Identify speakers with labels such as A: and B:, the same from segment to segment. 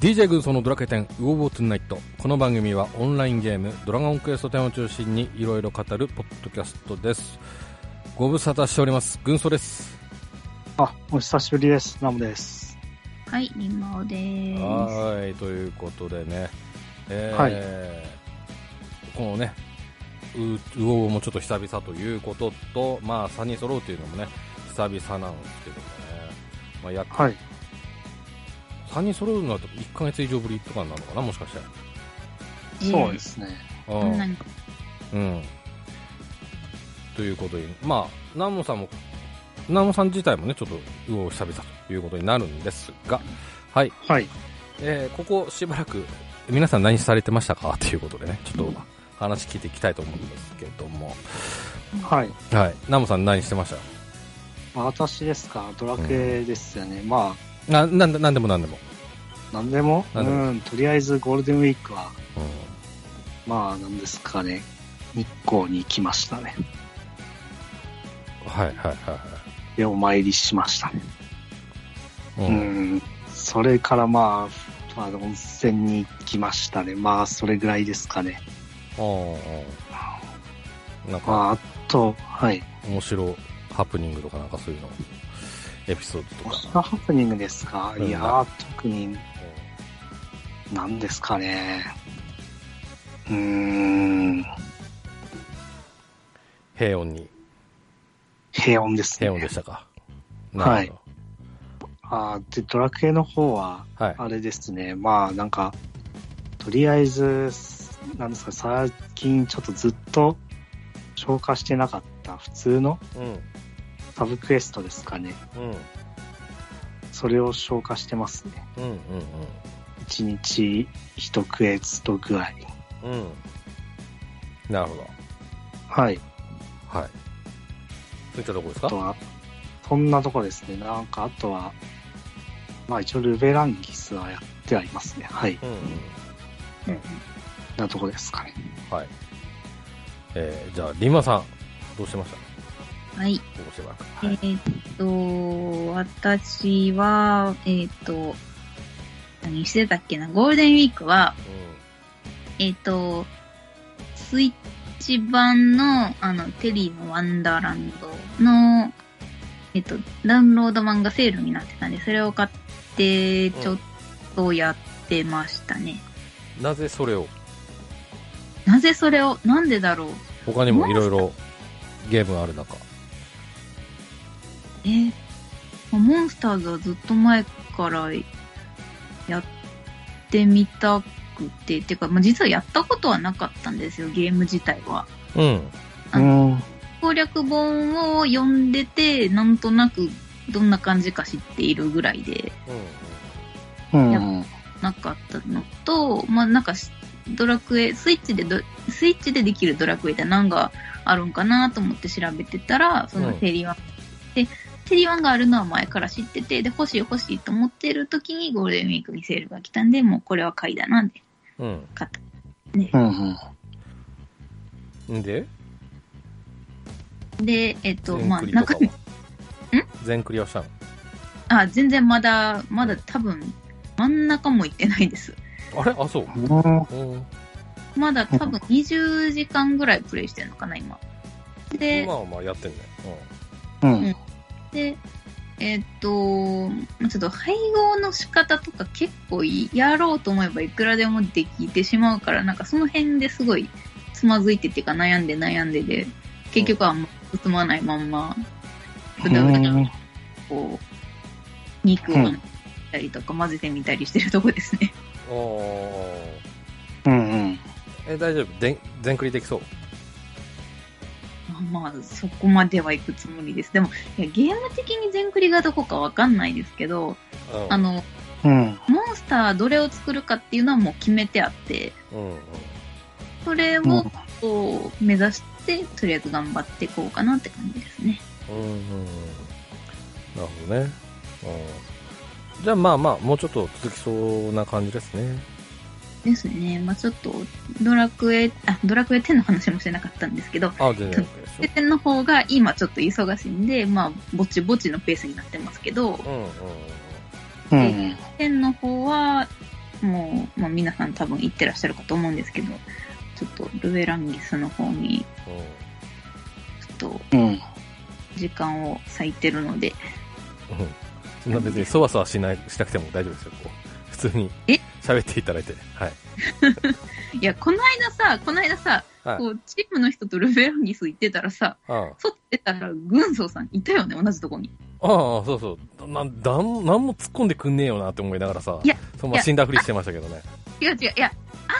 A: DJ 軍曹のドラケテンウォーボーツナイトこの番組はオンラインゲームドラゴンクエスト10を中心にいろいろ語るポッドキャストですご無沙汰しております軍曹です
B: あ、お久しぶりです。ナムです。
C: はい、りんまおでーす。
A: はーいということでね、えーこのねウウォーボーもちょっと久々ということとまあ3人揃うというのもね久々なんですけどね、まあ、や
B: はい。
A: 3人揃うのは1ヶ月以上ぶりとかなのかなもしかして
B: そうですね。
A: う
C: えー。こんなに
A: うん。ということで、まあ、南門さんも、南門さん自体もね、ちょっと、うお久々ということになるんですが、はい、
B: はい。
A: えーここしばらく、皆さん何されてましたかということでね、ちょっと話聞いていきたいと思うんですけども、
B: はい。
A: はい、南門さん何してまし
B: まあ私ですか、ドラケですよね。ま
A: たな、なんで、なんでもなんでも。
B: あ、なんでも、
A: なんでも
B: うん、とりあえずゴールデンウィークは、
A: うん
B: まあ、なんですかね。日光に行きましたね。
A: はい、はい、はいは
B: で、お参りしましたね。
A: い。
B: う
A: うん。
B: ん。それからまあ、まあ、温泉に行きましたね。まあ、それぐらいですかね。
A: ああ、なんか、
B: まあ、あと、はい。
A: 面白ハプニングとかなんかそういうの、エピソード
B: オス
A: と
B: タ
A: か。
B: ーハプニングですか、
A: うん
B: いやー、特になんですかね。うーん、
A: 平穏に
B: 平穏ですね。
A: 平穏でしたか。
B: は
A: ないるほ
B: あーで、ドラクエの方は、
A: ど。はい。
B: あれですね、まあなんか、とりあえず、なんですか、最近ちょっとずっと消化してなかった普通の
A: う
B: サブクエストですかね。
A: ん。うん。
B: それを消化してますね。
A: うん。
B: 一日一クエスト具合。
A: うん。うん。うん。なるほど。
B: はい。
A: はい。そういったとこです
B: あ
A: か
B: とは、そんなとこですね。なんか、あとは、まあ一応ルベランギスはやってはいますね。はい。
A: うん。
C: うん
B: なとこですかね。
A: はい。えー、じゃあ、リンマさん、どうしてました
C: はい。
A: ここしばらく。
C: え
A: はい。
C: ーっと、私は、えーっと、何してたっけな、ゴールデンウィークは、えーっと、スイッチ版の、あの、テリーのワンダーランドの、えーっと、ダウンロード版がセールになってたんで、それを買って、ちょっとやってましたね。
A: うん。なぜそれを
C: なぜそれを、なんでだろう。
A: 他にもいろいろゲームがある中。
C: えーモンスターズはずっと前からやってみたくて、てか、まあ、実はやったことはなかったんですよ、ゲーム自体は。
A: うん。
C: う
B: うん。
C: 攻略本を読んでて、なんとなくどんな感じか知っているぐらいで
B: うん。
C: なかったのと、まあ、なんかし、ドラクエ、スイッチでど、スイッチでできるドラクエって何があるんかなと思って調べてたら、その
A: うん
C: テリワン。で、テリワンがあるのは前から知ってて、で、欲しい欲しいと思ってる時にゴールデンウィークにセールが来たんで、もうこれは買いだなって
A: うん。
C: 買った。
B: うん。
A: うん。んで
C: で、えっと、ま
A: 全
C: あ、
A: クリと
C: 中
A: か
C: 身、
A: は。全クリはしたの
C: あ、全然まだ、まだ多分、真ん中も行ってないです。
A: あれあ、そう。
B: うん。
A: うん。
C: まだ 多分20時間ぐらいプレイしてるのかな、今。で、
A: 今はまあやってんね。
B: うん。
C: で、えーっと、まあちょっと配合の仕方とか結構いいやろうと思えばいくらでもできてしまうから、なんかその辺ですごいつまずいてっていうか悩んで悩んでで、結局はあんま進まないまんま、ぐだぐだこう、肉を混ぜたりとか混ぜてみたりしてるとこですね。
A: うん。おー。
B: うん。
A: え、大丈夫全全クリできそう
C: まあまあ、そこまでは行くつもりです。でも、いやゲーム的に全クリがどこかわかんないですけど、
A: うん
C: あの、
B: うん。
C: モンスターどれを作るかっていうのはもう決めてあって、
A: うんうん。
C: それ
B: う
C: を
B: ん。
C: こう目指して、とりあえず頑張っていこうかなって感じですね。
A: うんうんうんなるほどね、うん、じゃあまあまあもうちょっと続きそうな感じですね
C: ですね。まあちょっと、ドラクエ、あ、ドラクエ10の話もしてなかったんですけど、
A: あ全然 OK で すよ
C: 10の方が今ちょっと忙しいんで、まあぼちぼちのペースになってますけど、
A: うんうん
B: うん。
C: 10の方は、もう、まあ、皆さん多分行ってらっしゃるかと思うんですけど、ちょっとルエランギスの方に、ちょっと
B: うん。
C: 時間を割いてるので、
A: うんそんな別にそわそわしないしなくても大丈夫ですよ、こう普通に
C: え
A: 喋っていただいて、はい、
C: いや、この間さ、この間さ、
A: はい
C: こうチームの人とルベランギス行ってたらさ、
A: ああ
C: 外出たら軍曹さんいたよね、同じとこに。
A: ああ、そうそう、ななんなんも突っ込んでくんねえよなって思いながらさ、
C: いや
A: そのまま死んだふりしてましたけどね、
C: 違う違う、いや、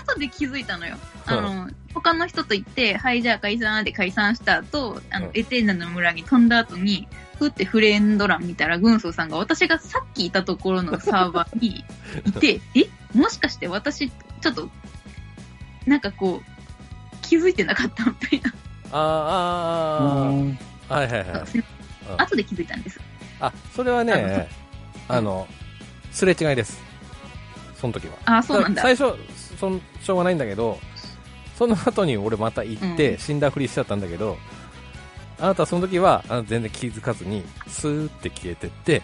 C: 後で気づいたのよ。あの、他の人と行って、はい、じゃあ解散で解散した後、あの、
A: うん
C: エテーナの村に飛んだ後に、ふってフレンド欄見たら、軍曹さんが私がさっきいたところのサーバーにい て、えもしかして私、ちょっと、なんかこう、気づいてなかったみたいな。
A: あ
B: うん
A: あ、ああ、はいはいはい、うん
C: 後で気づいたんです。
A: あそれは ね、
C: うん
A: あのすれ違いです、その時は。
C: ああ、そうなんだ。
A: 最初そん、しょうがないんだけど、その後に俺また行って、
C: うん
A: 死んだふりしちゃったんだけど、あなたその時はあの全然気づかずに、スーって消えてって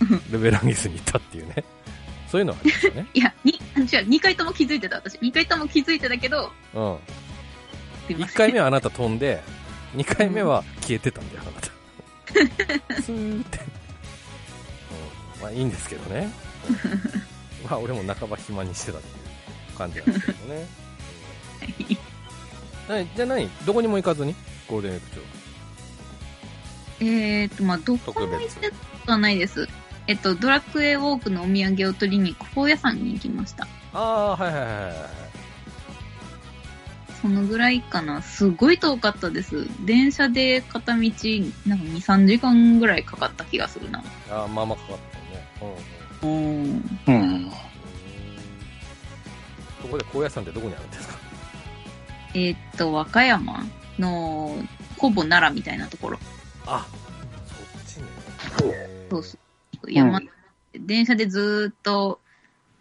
C: うん、
A: ルベランギスに行ったっていうね。そういうのはあります よね。
C: いや、に、あ違う、2回とも気づいてた、私。2回とも気づいてたけど、
A: うん。
C: すいま
A: 1
C: せん。
A: 回目はあなた飛んで、2回目は消えてたんだよ、あなた。スーって。うん、まあいいんですけどね。うんまあ俺も半ば暇にしてたっていう感じなんですけどね。えじゃあ何どこにも行かずにゴールデンウィーク中
C: えーと、まあ、どこも行ってたことはないです。えっと、ドラクエウォークのお土産を取りに古本屋さんに行きました。
A: ああーはいはいはいはい
C: そのぐらいかな。すごい遠かったです。電車で片道、なんか2、3時間ぐらいかかった気がするな。
A: あーまあまあかかったよね
B: う
C: おー
B: ん。
A: うんうんそこで高野山ってどこにあるんですか
C: えーっと、和歌山の、ほぼ奈良みたいなところ。
A: あそっちねへー
C: そうそう。山、電車でずーっと、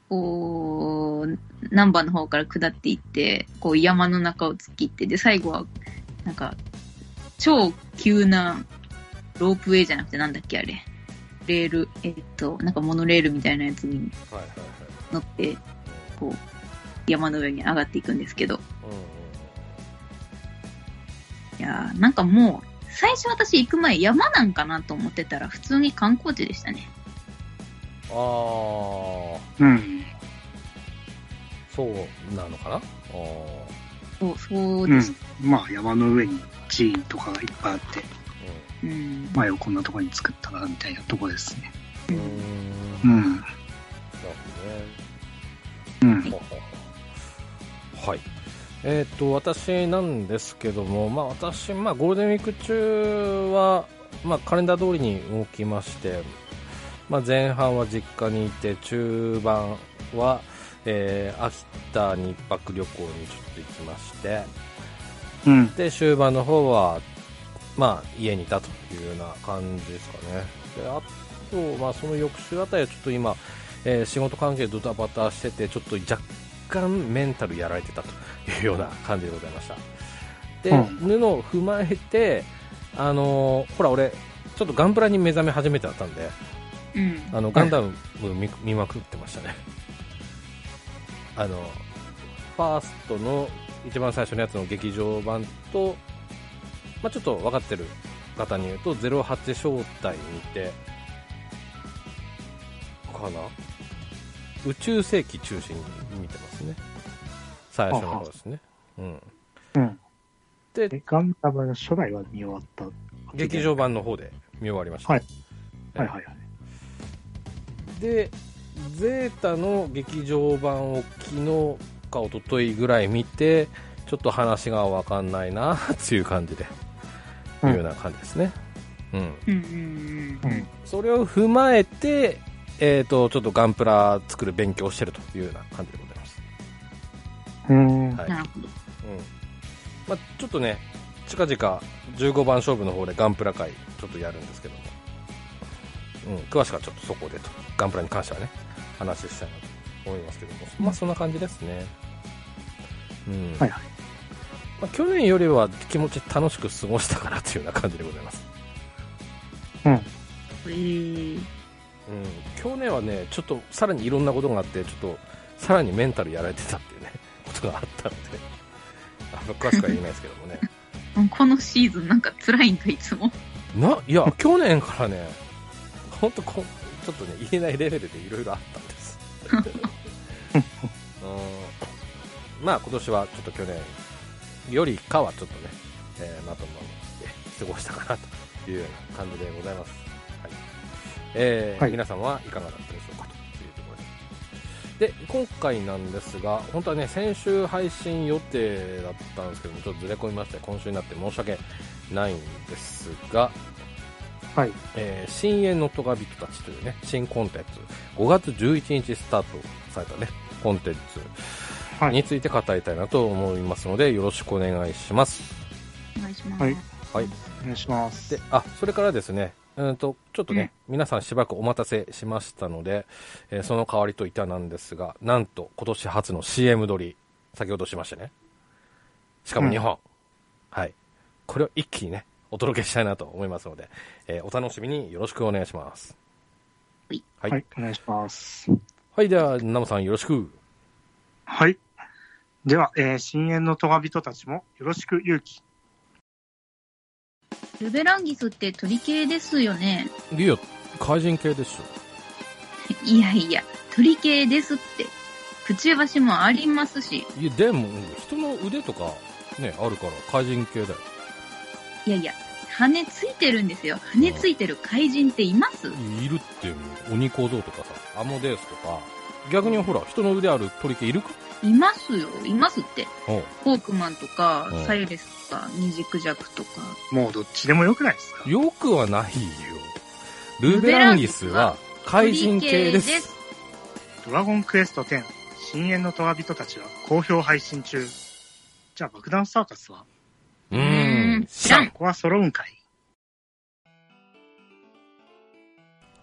C: こう、南波の方から下っていって、こう山の中を突きって、で、最後は、なんか、超急なロープウェイじゃなくてなんだっけあれ。レール、えっと、なんかモノレールみたいなやつに
A: はいはい
C: 乗って、
A: は
C: こう、山の上に上がっていくんですけど、
A: いうんうん
C: いやー、なんかもう、最初私行く前山なんかなと思ってたら普通に観光地でしたね。
A: ああ
B: うん。
A: そうなのかなあー
C: そう、そう
B: う
C: で
B: ん
C: す。。
B: まあ、山の上に寺院とかがいっぱいあって、
C: うん
B: まあ、よこんなとこに作ったな、みたいなとこですね。
A: うんうーんな
B: う
A: る
B: ん。うん。
A: ほどねはいえっ、と私なんですけどもまあ私まあゴールデンウィーク中はまあカレンダー通りに動きましてまあ前半は実家にいて中盤はえー秋田に一泊旅行にちょっと行きまして、
B: うん。
A: で終盤の方は、まあ、家にいたというような感じですかねであと、まあ、その翌週あたりはちょっと今、えー仕事関係ドタバタしててちょっと若干メンタルやられてたというような感じでございましたで、
B: う
A: 布を踏まえてあのーほら俺ちょっとガンプラに目覚め始めてあったんで
C: うん。
A: あのガンダム見見まくってましたねあのファーストの一番最初のやつの劇場版と、まあ、ちょっと分かってる方に言うと08招待にてかな宇宙世紀中心に見てますね最初の方ですねうん
B: うん。
A: で
B: で、ガンダムの初代は見終わったわけで。
A: 劇場版の方で見終わりました、
B: はいはいはいはい。
A: でゼータの劇場版を昨日か一昨日ぐらい見てちょっと話が分かんないなっていう感じで、
B: うん
A: いうような感じですね、うん、
C: うんうんうん。
A: それを踏まえて、えー、とちょっとガンプラ作る勉強をしてるというような感じでございます、
B: うん。
A: はい
C: なるほ
A: う
C: ど。
A: んまあ、ちょっとね近々15番勝負の方でガンプラ会ちょっとやるんですけども、うん、詳しくはちょっとそこでとガンプラに関してはね話したいなと思いますけどもまあそんな感じですねうん
B: はいはい
A: まあ、去年よりは気持ち楽しく過ごしたかなというような感じでございます、
B: うん。
C: えー、
A: うん、去年はねちょっとさらにいろんなことがあってちょっとさらにメンタルやられてたっていうね、ことがあったので、あの、詳しくは言えないですけどもね。
C: うんこのシーズンなんか辛いんだ、いつも。
A: な、いや、 去年からね、ほんとこ、ちょっとね、言えないレベルでいろいろあったんです。 うんまあ、今年はちょっと去年よりかはちょっとね、えー、まとまって過ごしたかなというような感じでございます。はい。えー
B: はい
A: 皆さんはいかがだったでしょうかというところです。で今回なんですが、本当はね先週配信予定だったんですけども、ちょっとずれ込みまして、今週になって申し訳ないんですが、
B: はい。
A: えー深淵のトガビトたちというね、新コンテンツ、5月11日スタートされたね、コンテン
B: は
A: ツに
B: い。
A: ついて語りたいなと思いますので、よろしくお願いします。
C: お願いします。
B: はい
A: はい
B: お願いします。
A: で、あ、それからですね、うんと、ちょっとね、皆さんしばらくお待たせしましたので、えーその代わりといたなんですが、なんと今年初の CM 撮り、先ほどしましたね。しかも2本。はい。これを一気にね、お届けしたいなと思いますので、えーお楽しみによろしくお願いします。
C: はい。
A: はい。
B: は
A: はい
B: い。、お願いします。
A: では、ナムさんよろしく。
B: はい。では、えー、深淵のトガ人たちもよろしく勇気。
C: ルベランギスって鳥系ですよね。
A: いや、怪人系でし
C: いやいや、鳥系ですって。くちばしもありますし。
A: ょ。いや、でも、人の腕とか、ね、あるから、怪人系だよ。
C: いやいや、羽ついてるんですよ。羽ついてる怪人っています
A: いるって鬼小僧とかさアモデウスとか逆にほら人の腕ある鳥系いるか
C: いますよ。いますって。
A: おう
C: フォークマンとか
A: うん、
C: サイレスとか、ミジクジャクとか。
B: もうどっちでもよくないですか
A: よくはないよルベランギスは怪人系です
C: 鳥系です
B: ドラゴンクエスト10、深淵のトガ人たちは好評配信中。じゃあ爆弾サーカスは
A: う
C: う
A: ー
C: ー
A: ん
C: ん
A: 知ら
B: こ
A: ん
B: こは揃うんかい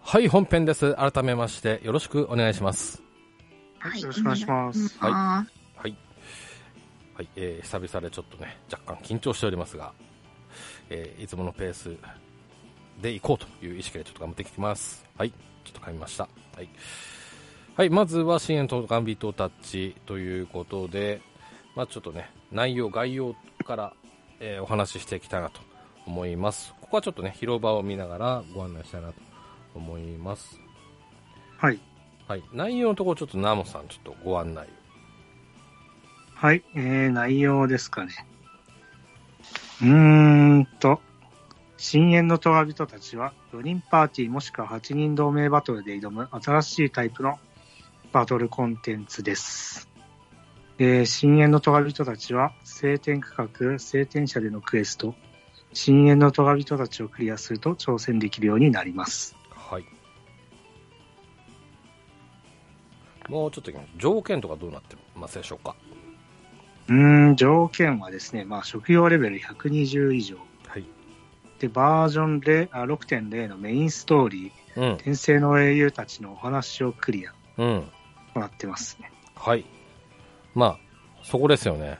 A: はい本編です改めましてよろしくお願いします
B: はいよろしくお願いします
A: はい
C: は
A: はい、はいえー、久々でちょっとね若干緊張しておりますが、えーいつものペースで行こうという意識でちょっと頑張っていきますはいちょっと噛みましたはい、はい、まずは「深淵とガンビートタッチ」ということでまあちょっとね内容概要から、えーお話ししていきたいなと思いますここはちょっとね広場を見ながらご案内したいなと思います
B: はい。
A: はい内容のところちょっとナモさんちょっとご案内
B: はい。えー、内容ですかね。うーんと、深淵のトガ人たちは4人パーティーもしくは8人同盟バトルで挑む新しいタイプのバトルコンテンツです。えー、深淵のトガ人たちは聖典区画、聖典者でのクエスト、深淵のトガ人たちをクリアすると挑戦できるようになります。
A: はい。もうちょっといきます条件とかどうなってますでしょうか。
B: うーん、条件はですね、まあ、職業レベル120以上。
A: はい。
B: で、バージョン0あ6.0のメインストーリー、
A: うん。
B: 転生の英雄たちのお話をクリア
A: うん。
B: もらってますね。
A: はい。まあ、そこですよね。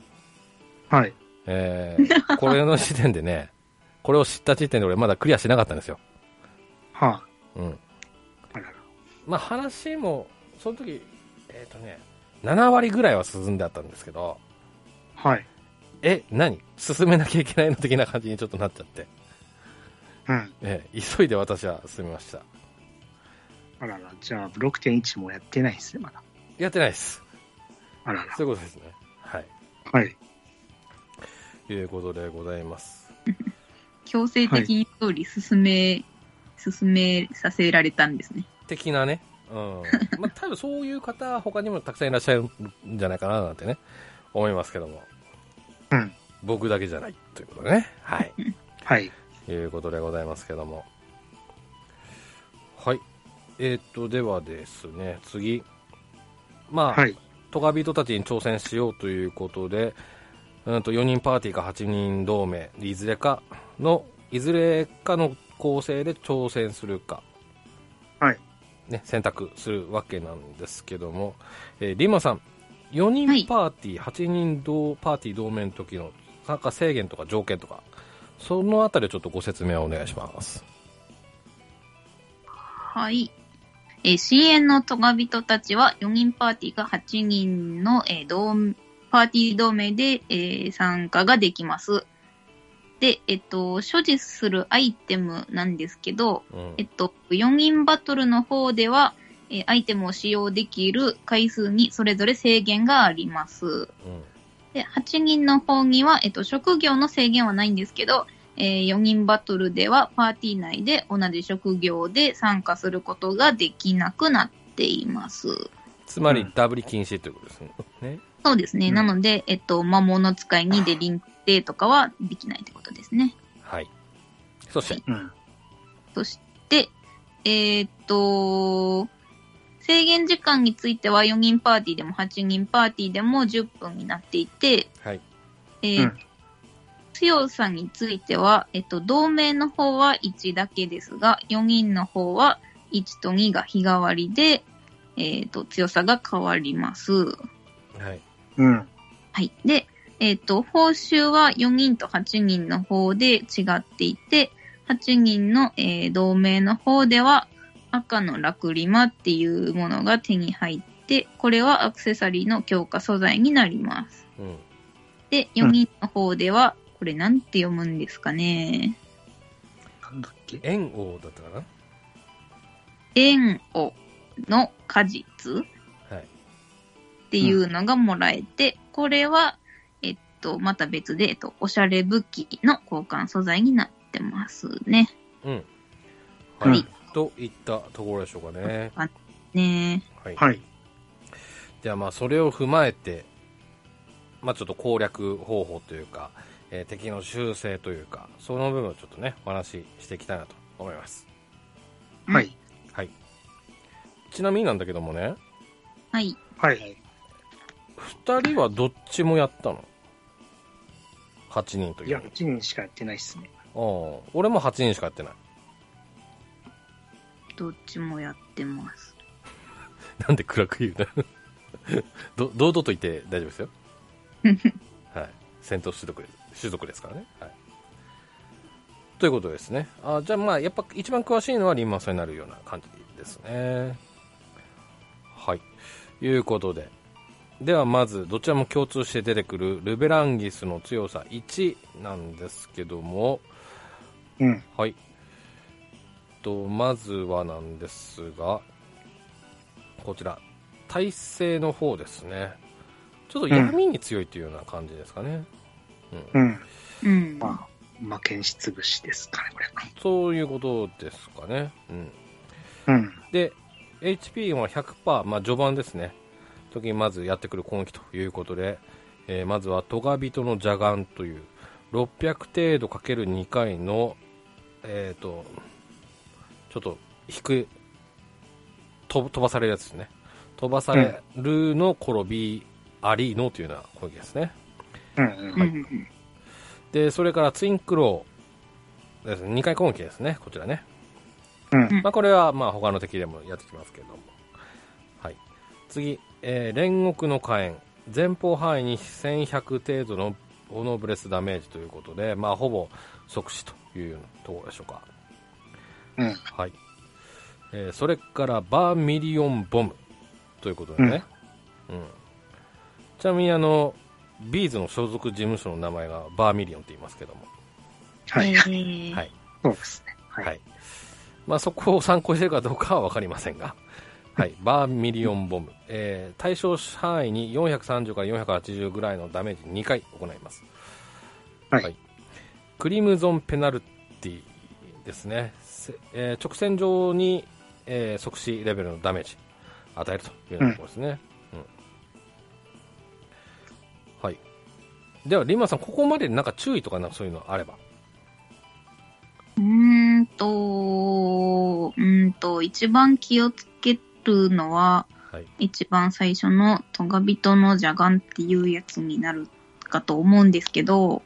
B: はい。
A: えー、これの時点でね、これを知った時点で俺まだクリアしなかったんですよ。
B: は
A: うん。
B: あ、あらら。
A: まあ話も、その時、えっ、とね、7割ぐらいは進んであったんですけど、
B: はい。
A: え、何進めなきゃいけないの的な感じにちょっとなっちゃって、
B: うん。
A: えー急いで私は進みました。
B: あらら。じゃあ、6.1もやってないですね、まだ。
A: やってないです。
B: あらら。
A: そういうことですね。はい。
B: はい。
A: ということでございます。
C: 強制的通り進め、進めさせられたんですね。
A: 的なね。うん。 まあ、多分そういう方、他にもたくさんいらっしゃるんじゃないかななんてね、思いますけども。
B: うん。
A: 僕だけじゃないということでね。はい。
B: はい。
A: いうことでございますけども。はい。えーっと、ではですね、次。まあ、
B: はい。
A: トガビ人たちに挑戦しようということで、うんと4人パーティーか8人同盟、いずれかの、いずれかの構成で挑戦するか、
B: はい。
A: ね、選択するわけなんですけども、えーリンマさん、4
C: はい
A: 人パーティー、8人同パーティー同盟の時の参加制限とか条件とか、そのあたりをちょっとご説明をお願いします。
C: はい。えー、深淵のトガ人たちは4人パーティーが8人の、えー同パーティー同盟で、えー参加ができます。で、えっと、所持するアイテムなんですけど、
A: うん
C: えっと、4人バトルの方では、えーアイテムを使用できる回数にそれぞれ制限があります。
A: うん
C: で、8人の方には、えっと、職業の制限はないんですけど、え4人バトルではパーティー内で同じ職業で参加することができなくなっています。
A: つまり
B: うん
A: ダブり禁止ということですね。
C: そうですね。
B: うん
C: なので、えっと、魔物使いにデリンテとかはできないってことですね。
A: はい。そして、
B: うん。
C: そして、えーっと、制限時間については4人パーティーでも8人パーティーでも10分になっていて、
A: はい。
C: えー
B: うん
C: 強さについては、えっと、同盟の方は1だけですが、4人の方は1と2が日替わりで、えーっと、強さが変わります。
A: はい。
B: うん。
C: はい。で、えっ、と、報酬は4人と8人の方で違っていて、8人の、えー同盟の方では、赤のラクリマっていうものが手に入って、これはアクセサリーの強化素材になります。
A: うん。
C: で、
B: うん
C: 4人の方では、これなんて読むんですかね。
B: なんだっけ
A: 円王だったか
C: 縁をの果実
A: なはい。
C: っていうのがもらえて、これは、えっと、また別で、えっと、おしゃれ武器の交換素材になってますね。
A: うん。
B: うん
A: はい。といったところでしょうかね。
C: ね
A: はい。
B: はい。
A: じゃあまあそれを踏まえて、まあちょっと攻略方法というか、えー敵の修正というか、その部分をちょっとね、お話ししていきたいなと思います。
C: うん
B: はい。
A: はい。ちなみになんだけどもね、
C: はい。
B: はいはい。
A: 二人はどっちもやったの ?8 人と
B: い
A: いう
B: や、1人しかやってないっすね。
A: うん俺も8人しかやってない。
C: どっちもやってます。
A: なんで暗く言うのど堂々と言って大丈夫ですよ。はい。戦闘種族で種族ですからね。はい。ということですね。あじゃあまあ、やっぱ一番詳しいのはリンマンさんになるような感じですね。はい。いうことで。ではまず、どちらも共通して出てくるルベランギスの強さ1なんですけども、
B: うん。
A: はい。と、まずはなんですが、こちら、体勢の方ですね。ちょっと闇に強いというような感じですかね。うん
B: うん。
C: うん。
B: まあ、魔剣しつぶしですかね、これ。
A: そういうことですかね。うん、
B: うん。
A: で、HP は100%、まあ、序盤ですね。時にまずやってくる攻撃ということで、えーまずはトガビトの邪眼という、600程度かける2回の、えっ、と、ちょっと低い、と飛ばされるやつですね。飛ばされるの転びありのというような攻撃ですね。
B: うんうん。
C: うんうん
A: で、それからツインクローですね。2回攻撃ですね、こちらね。
B: う ん。
A: まあ、これはまあ他の敵でもやってきますけれども、はい、次、えー煉獄の火炎前方範囲に1100程度の炎ブレスダメージということで、まあ、ほぼ即死というようなところでしょうか、
B: うん
A: はいえーそれからバーミリオンボムということでね、うんちなみにあのビーズの所属事務所の名前がバーミリオンって言いますけども、
B: はい。
C: えー
A: はい
B: そうですね。はい。
A: はい。まあ、そこを参考にしてるかどうかはわかりませ んが。はい。バーミリオンボム。えー対象範囲に430から480ぐらいのダメージ2回行います。
B: はい
A: クリムゾンペナルティですね。せえー直線上に、えー即死レベルのダメージ与えるというようなところですね。うんはい。では、リンマさん、ここまでなんか注意とかなんかそういうのあれば。
C: うーんと、うーんと、一番気をつけるのは、
A: はい。
C: 一番最初のトガビトの邪眼っていうやつになるかと思うんですけど、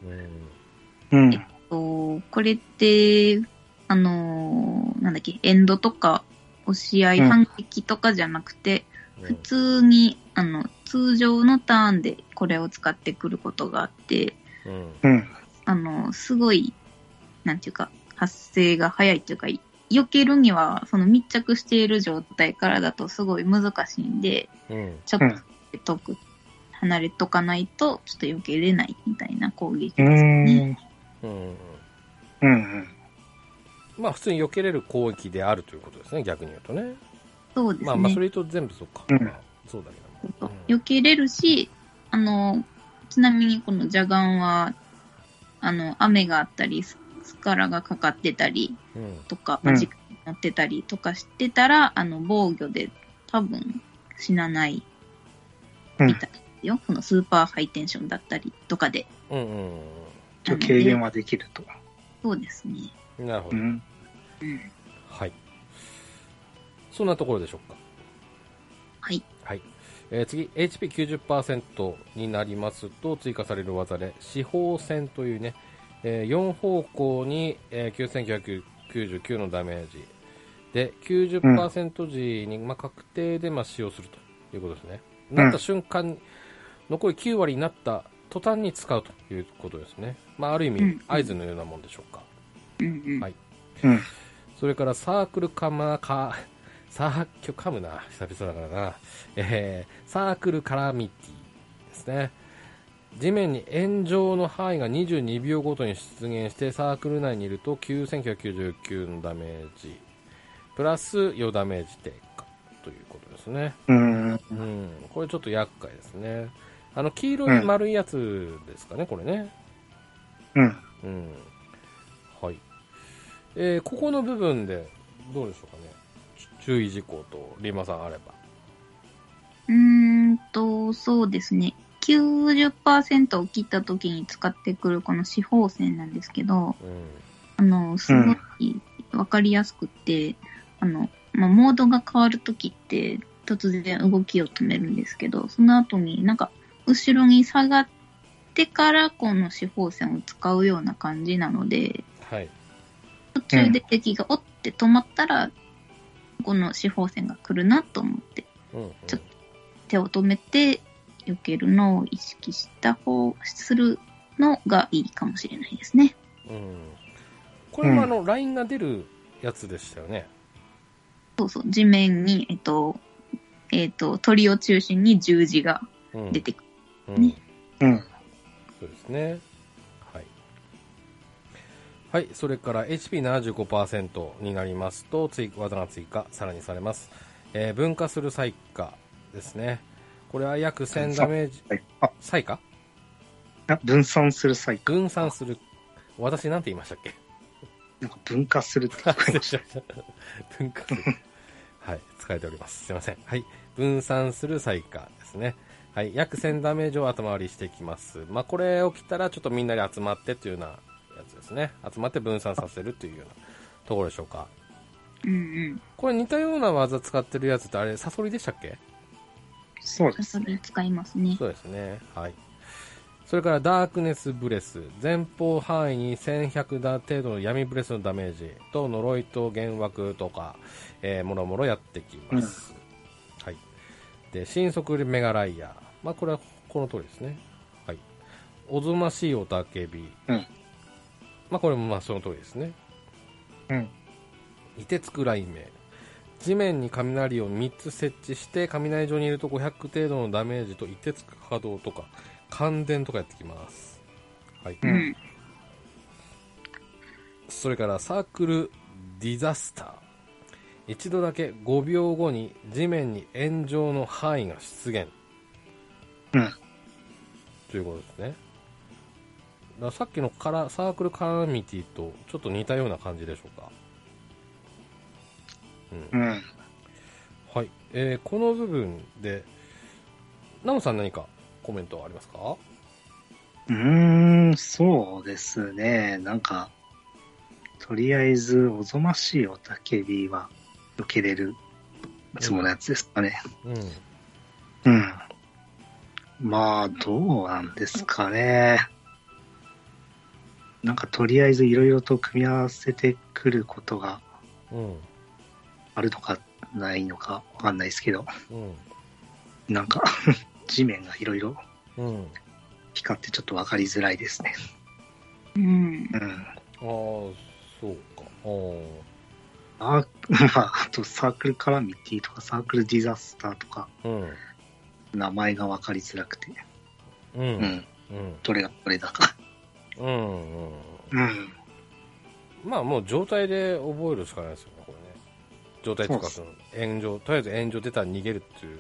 A: うん
B: うん。
C: とこれって、あのーなんだっけ、エンドとか、押し合い、
B: うん
C: 反撃とかじゃなくて、
A: う
C: 普
A: ん
C: 通に、あの、通常のターンでこれを使ってくることがあって、
A: うん。
B: うん。
C: あの、すごい、なんていうか、発生が早いというか、い避けるには、その密着している状態からだとすごい難しいんで、
A: うん。
C: ちょっ
B: うん
C: と遠く、離れとかないと、ちょっと避けれないみたいな攻撃
B: うー
C: ですね。
B: ん。
A: うんうん。
B: うんうん。
A: まあ、普通に避けれる攻撃であるということですね、逆に言うとね。
C: そうですね。
A: まあ、まあ、それと全部そうか。
B: うん
A: まあそうだけども。
C: 避けれるし、あの、ちなみにこのジャガンは、あの、雨があったり、ススカラがかかってたり
A: うん。うん
C: とか、
B: うん
C: 時間に乗ってたりとかしてたら、あの、防御で多分死なないみたいですよ。このスーパーハイテンションだったりとかで。
A: うんうん
B: ちょっと軽減
C: は。
B: はできると。
C: そうですね。
A: うん。なるほ
B: う
A: ど。
B: ん。
A: はい。そんなところでしょうか。
C: はい。
A: はい。えー次、HP90% になりますと追加される技で、四方線というね、え4方向に、えー9999のダメージで、90%時に、まあ、確定で、まあ、使用するということですね。
B: ん
A: なった瞬間、残り9割になった途端に使うということですね。まあ、ある意
C: う
A: 味
C: ん、
A: 合図のようなもんでしょうか。
C: うんうん。
A: はい
B: うん。
A: それからサークルカマーカー、サー今日噛むな、久々だからな。えー、サークルカラミティですね。地面に炎上の範囲が22秒ごとに出現して、サークル内にいると9999のダメージ、プラス4ダメージ低下ということですね。
B: うん。
A: うん、これちょっと厄介ですね。あの、黄色い丸いやつですかね、これね。
B: うん。
A: うん。はい。えーここの部分で、どうでしょうかね。ち注意事項と、リンマさんあれば。
C: うーんと、そうですね。90%を切った時に使ってくるこの四方線なんですけど、
A: う
C: あの、すごいわかりやすくって、あの、まあ、モードが変わるときって、突然動きを止めるんですけど、その後になんか、後ろに下がってからこの四方線を使うような感じなので、
A: ん。はい。
C: 途中で敵がおって止まったら、この四方線が来るなと思って、
A: うん、うん。
C: ちょっ手を止めて、避けるのを意識した方、するのがいいかもしれないですね。
A: うん。これもあの、ラインが出るやつでしたよね。
C: そうそう、地面に、えっと、えっと、鳥を中心に十字が
A: うん。
C: 出てくる。
A: うん。
B: うん。
A: そうですね。はい。はい。それから HP75% になりますと、追技が追加、さらにされます。えー分化する最下ですね。これは約1000ダメージ、
B: はいあ
A: 最下
B: あ、分散する際か。
A: 分散する。私なんて言いましたっけ
B: なんか分化するって。
A: 分化する。はい。使えております。すいません。はい。分散する最下ですね。はい。約1000ダメージを後回りしていきます。まあ、これ起きたらちょっとみんなで集まってというようなやつですね。集まって分散させるというようなところでしょうか。
C: うんうん。
A: これ似たような技使ってるやつってあれ、サソリでしたっけ
B: そうで
C: さす
B: す
C: が
B: ね。
C: 使いますね。
A: そうですね。はい。それからダークネスブレス。前方範囲に1100打程度の闇ブレスのダメージと呪いと幻惑とか、えー、もろもろやってきます。はい。で、新速メガライアー。まあ、これはこの通りですね。はい。おぞましいおたけび。
B: うん
A: まあ、これもまあその通りですね。
B: うん。
A: 凍てつく雷鳴地面に雷を3つ設置して雷上にいると500程度のダメージと凍てつく波動とか感電とかやってきます、はい
C: うんん。
A: それからサークルディザスター一度だけ5秒後に地面に炎上の範囲が出現
B: うん。
A: ということですねだからさっきのカラサークルカラミティとちょっと似たような感じでしょうか、うん
B: うん。
A: はい、えーこの部分で、ナムさん何かコメントありますか
B: うーん、そうですね。なんか、とりあえず、おぞましいおたけびは、受けれる、いつものやつですかね。
A: うん。
B: うん。まあ、どうなんですかね。なんか、とりあえず、いろいろと組み合わせてくることが
A: うん。
B: あるのか、ないのか、わかんないですけど、
A: うん。
B: なんか、 地面がいろいろ
A: うん。
B: 光ってちょっとわかりづらいですね。
C: うん。
B: うん。
A: ああ、そうか。あー
B: あ あとサークルカラミティとかサークルディザスターとか、
A: うん。
B: 名前が分かりづらくて、
A: う。
B: うんん、
A: うん。
B: どれがこれだか。
A: うん。うん。
B: うん、
A: まあもう状態で覚えるしかないですよね、これね。状態とかそ
B: そ
A: の炎上、とりあえず炎上出たら逃げるっていう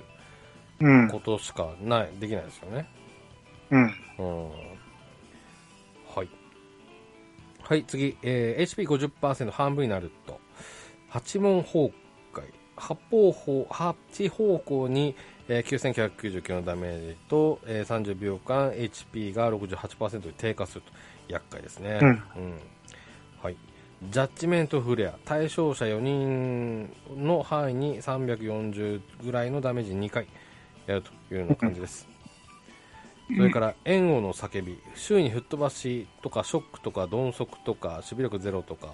B: うん、
A: ことしかない、できないですよね。
B: うん、
A: うん。はい。はい、次。えー、HP50% 半分になると、八門崩壊。八方方、八方向に、えー、9999のダメージと、えー、30秒間 HP が68%に低下すると。厄介ですね。
B: うん
A: うんはい。ジャッジメントフレア。対象者4人の範囲に340ぐらいのダメージ2回やるというような感じです。それから、炎王の叫び。周囲に吹っ飛ばしとか、ショックとか、鈍足とか、守備力ゼロとか、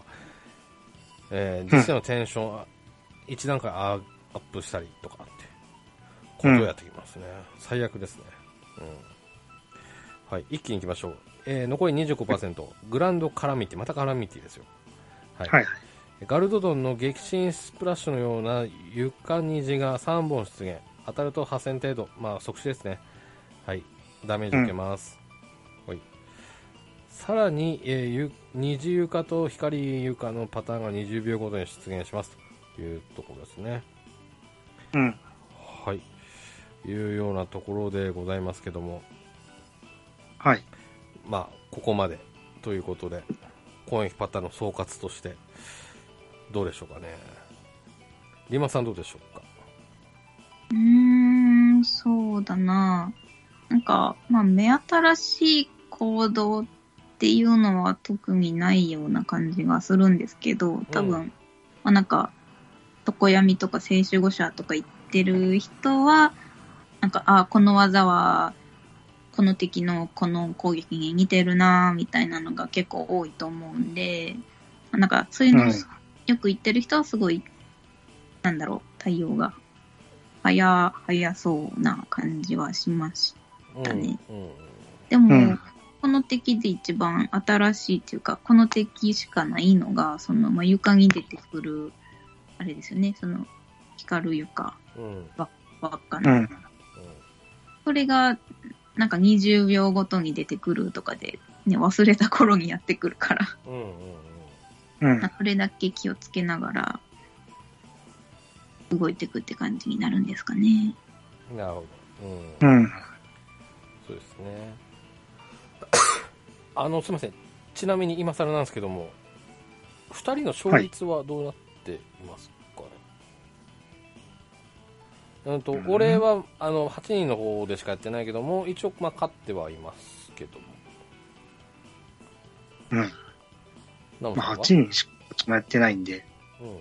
A: えー、実際のテンション、1段階アップしたりとかって、ことをやってきますね。最悪ですね。うん。はい、一気に行きましょう。えー、残り25%、グランドカラミティ、またカラミティですよ。はい。
B: はいはい。
A: ガルドドンの激震スプラッシュのような床虹が3本出現。当たると8000程度。まあ、即死ですね。はい。ダメージ受けます。はい。さらに、えーゆ虹床と光床のパターンが20秒ごとに出現します。というところですね。
B: うん、
A: はい。いうようなところでございますけども、
B: はい。
A: まあ、ここまでということで、攻撃パターンの総括として、どうでしょうかね。リマさんどうでしょうか
C: うーん、そうだな。なんか、まあ、目新しい行動っていうのは特にないような感じがするんですけど、多分、
A: うん
C: まあ、なんか、床闇とか青春語社とか行ってる人は、なんか、あこの技は、この敵のこの攻撃に似てるな、みたいなのが結構多いと思うんで、なんか、そういうのを
B: うん
C: よく言ってる人はすごい、なんだろう、対応が早、早そうな感じはしまし
A: うん
C: だね
A: うん
C: た。でも、
B: うん
C: この敵で一番新しいっていうか、この敵しかないのが、その、まあ、床に出てくる、あれですよね、その、光る床
A: うんうん
C: ばっか
B: う
C: な。
B: ん、
C: それが、なんか20秒ごとに出てくるとかで、ね、忘れた頃にやってくるから、
A: うんうん
B: うん、
C: それだけ気をつけながら、動いていくって感じになるんですかね。
A: うんなるほど。うん
B: うん、
A: そうですね。 あの、すみません。ちなみに今更なんですけども、2人の勝率はどうなっていますかね。うんと、
B: うん
A: 俺は、あの、8人の方でしかやってないけども、一応、まあ、勝ってはいますけども。
B: うん。
A: ナモ
B: ま
A: さ
B: あ、
A: んは
B: 8人しかやってないんで、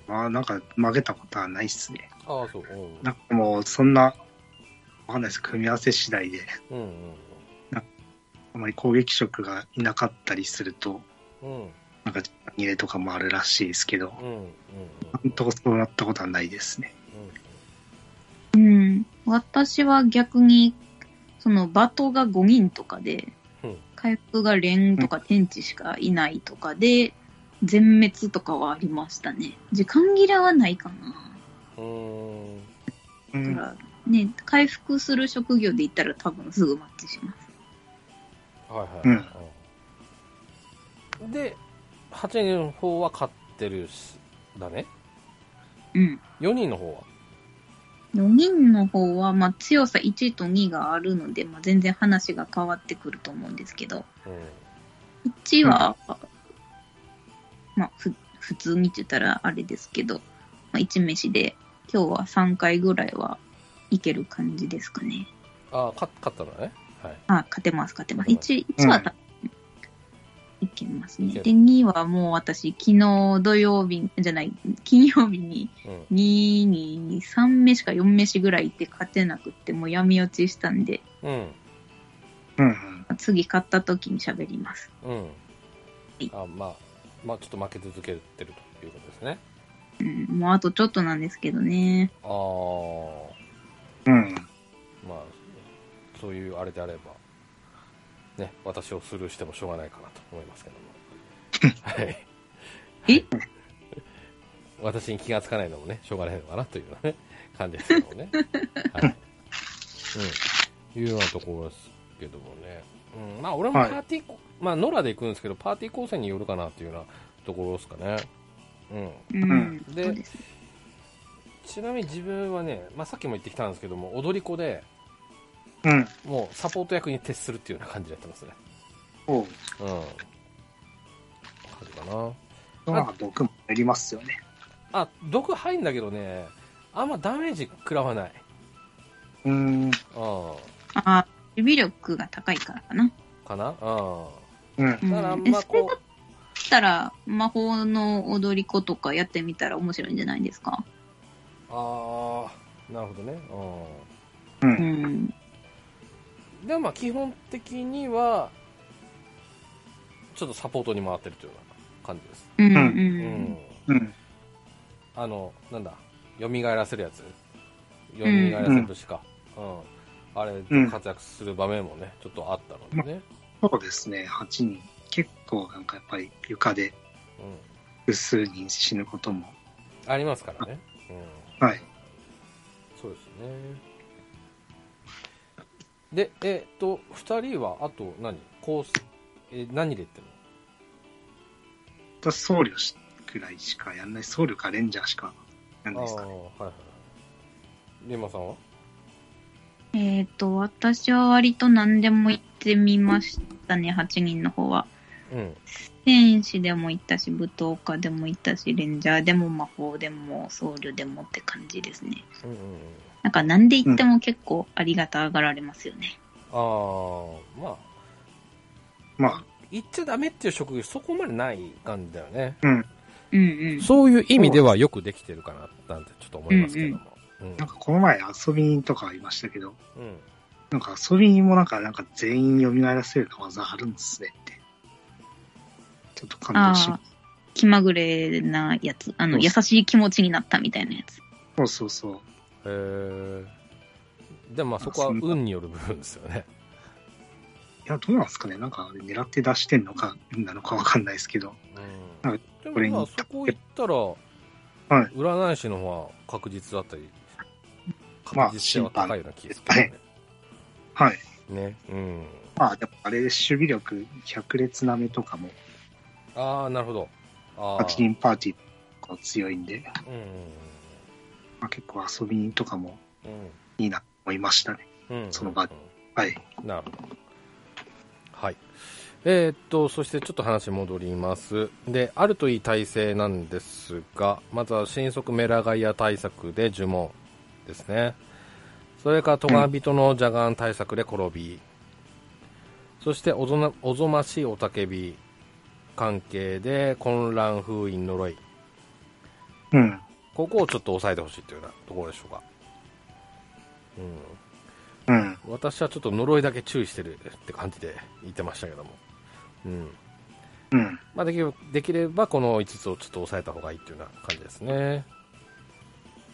A: うん。
B: まあ、なんか負けたことはないっすね。
A: ああ、そう。うん
B: なんかもう、そんな、わかんないです。組み合わせ次第で、
A: うん
B: あまり攻撃色がいなかったりすると、
A: うん。うん。
B: なんか、入れとかもあるらしいですけど、
A: うん。うん。うん。
B: ほんとそうなったことはないですね。
C: うん、私は逆に、そのバトが5人とかで、
A: うん
C: 回復が連とか天地しかいないとかで、全滅とかはありましたね。時間切れはないかな。
A: うん。うん。
B: う
C: だか
B: ん、
C: ら、ね、回復する職業で言ったら多分すぐマッチします。
A: はいはい、うんで8人の方は勝ってるしだね
C: うん。
A: 4人の方は
C: 4人の方は、まあ、強さ1と2があるので、まあ、全然話が変わってくると思うんですけど、1は、まあ、ふ普通にって言ったらあれですけど、まあ、1飯で今日は3回ぐらいはいける感じですかね。
A: あ勝勝ったのねはい
C: あ、勝てます、勝てます。
A: うん
C: 1、一は、
B: うん
C: いけますね。
A: いける
C: で、2はもう私、昨日土曜日、じゃない、金曜日に
A: うん
C: 2に3飯か4飯ぐらい行って勝てなくって、もう闇落ちしたんで、
A: うん
B: うん、
C: 次勝った時に喋ります。
A: うんあまあまあちょっと負け続けてるということですね
C: うん、もうあとちょっとなんですけどね。
A: ああ
B: うん、
A: まあそういうあれであればね私をスルーしてもしょうがないかなと思いますけどもはい
C: え
A: 私に気がつかないのもね、しょうがないのかなというようなね、感じですけどもね。はい。うん。いうようなところですけどもね。うん。まあ、俺もパーティーこ、まあ、野良で行くんですけど、パーティー構成によるかなっていうようなところですかね。うん。
C: うん。
A: で
C: そうですね。
A: ちなみに自分はね、まあ、さっきも言ってきたんですけども、踊り子で、
B: うん。
A: もうサポート役に徹するっていうような感じでやってますね。
B: おう。
A: うん。わかるかな。
B: まあ、毒もやりますよね。
A: あ、毒入んだけどね、あんまダメージ食らわない。
B: うーん。
A: うん。
C: ああ、守備力が高いからかな。
A: かなう
B: うん
C: う。
A: ん。だからあ
C: ん。
A: ん
C: え
A: ま
C: それ
A: こ
C: だっ
A: う、
C: たら、魔法の踊り子とかやってみたら面白いんじゃないですか。
A: ああ、なるほどね。
B: う。
C: うんん。
A: うん。でもまあ基本的には、ちょっとサポートに回ってるというような感じです。
C: うん。う
B: うん
C: ん。
B: うん。
A: あの、なんだ、蘇らせるやつ。蘇らせるしか。うん。あれ、
B: うん
A: 活躍する場面もね、ちょっとあったのでね。
B: そうですね、8人。結構なんかやっぱり床で
A: う
B: 複数人死ぬこと
A: ん。
B: も。
A: ありますからね。うん。
B: はい。
A: そうですね。で、えっと、二人は、あと何、コース、え、何で言ってる
B: 私僧侶くらいしかやんない。僧侶かレンジャーしかやん
A: の
B: ないですか
A: ああ、
B: ね。
A: はいはい。リンマさんは
C: えっと、私は割と何でも行ってみましたね、8人の方は。
A: うん。
C: 天使でも行ったし、舞踏家でも行ったし、レンジャーでも魔法でも僧侶でもって感じですね。
A: うんうんうん。
C: なんか何で行っても結構ありがたがられますよね。
A: ああ、まあ、
B: まあ、
A: 言っちゃダメっていう職業、そこまでない感じだよね。
B: うん。
C: うんうん。
A: そういう意味ではよくできてるかな、なんてちょっと思いますけども。うん
B: なんかこの前遊び人とかありましたけど、
A: うん。
B: なんか遊び人もなんか、なんか全員蘇らせる技あるんですねって。ちょっと感動しま
C: ああ
B: し、
C: 気まぐれなやつ。あの、
B: そう
C: 優しい気持ちになったみたいなやつ。
B: た。そうそうそう。
A: へえ。でもまあそこは運による部分ですよね。
B: いや、どうなんですかねなんか狙って出してんのか、なのかわかんないですけど。
A: う
B: は
A: ん、
B: いこ
A: で
B: れ
A: も
B: に
A: まあそこ行ったら、
B: い
A: 占い師の方が確実だったり
B: まあ
A: 確実性は高いような気がするね,、
B: はい。
A: ねうん、
B: まあ、でもあれで守備力百列なめとかも、
A: ああなるほどああ
B: 8人パーティーとか強いんで、
A: うんうん
B: まあ、結構遊び人とかも
A: うん
B: いいなと思いましたね。
A: うんうん
B: その場はい。
A: なるほど。はい。えーっと、そしてちょっと話戻ります。で、あるといい体制なんですが、まずは新速メラガイア対策で呪文ですね。それからトガビトのジャガン対策で転び。そしておぞな、おぞましいおたけび関係で混乱封印呪い。
B: うん。
A: ここをちょっと抑えてほしいというようなところでしょうか。うん。
B: うん。
A: 私はちょっと呪いだけ注意してるって感じで言ってましたけども、うん
B: うん。
A: まあ、できればできればこの5つをちょっと抑えた方がいいっていうような感じですね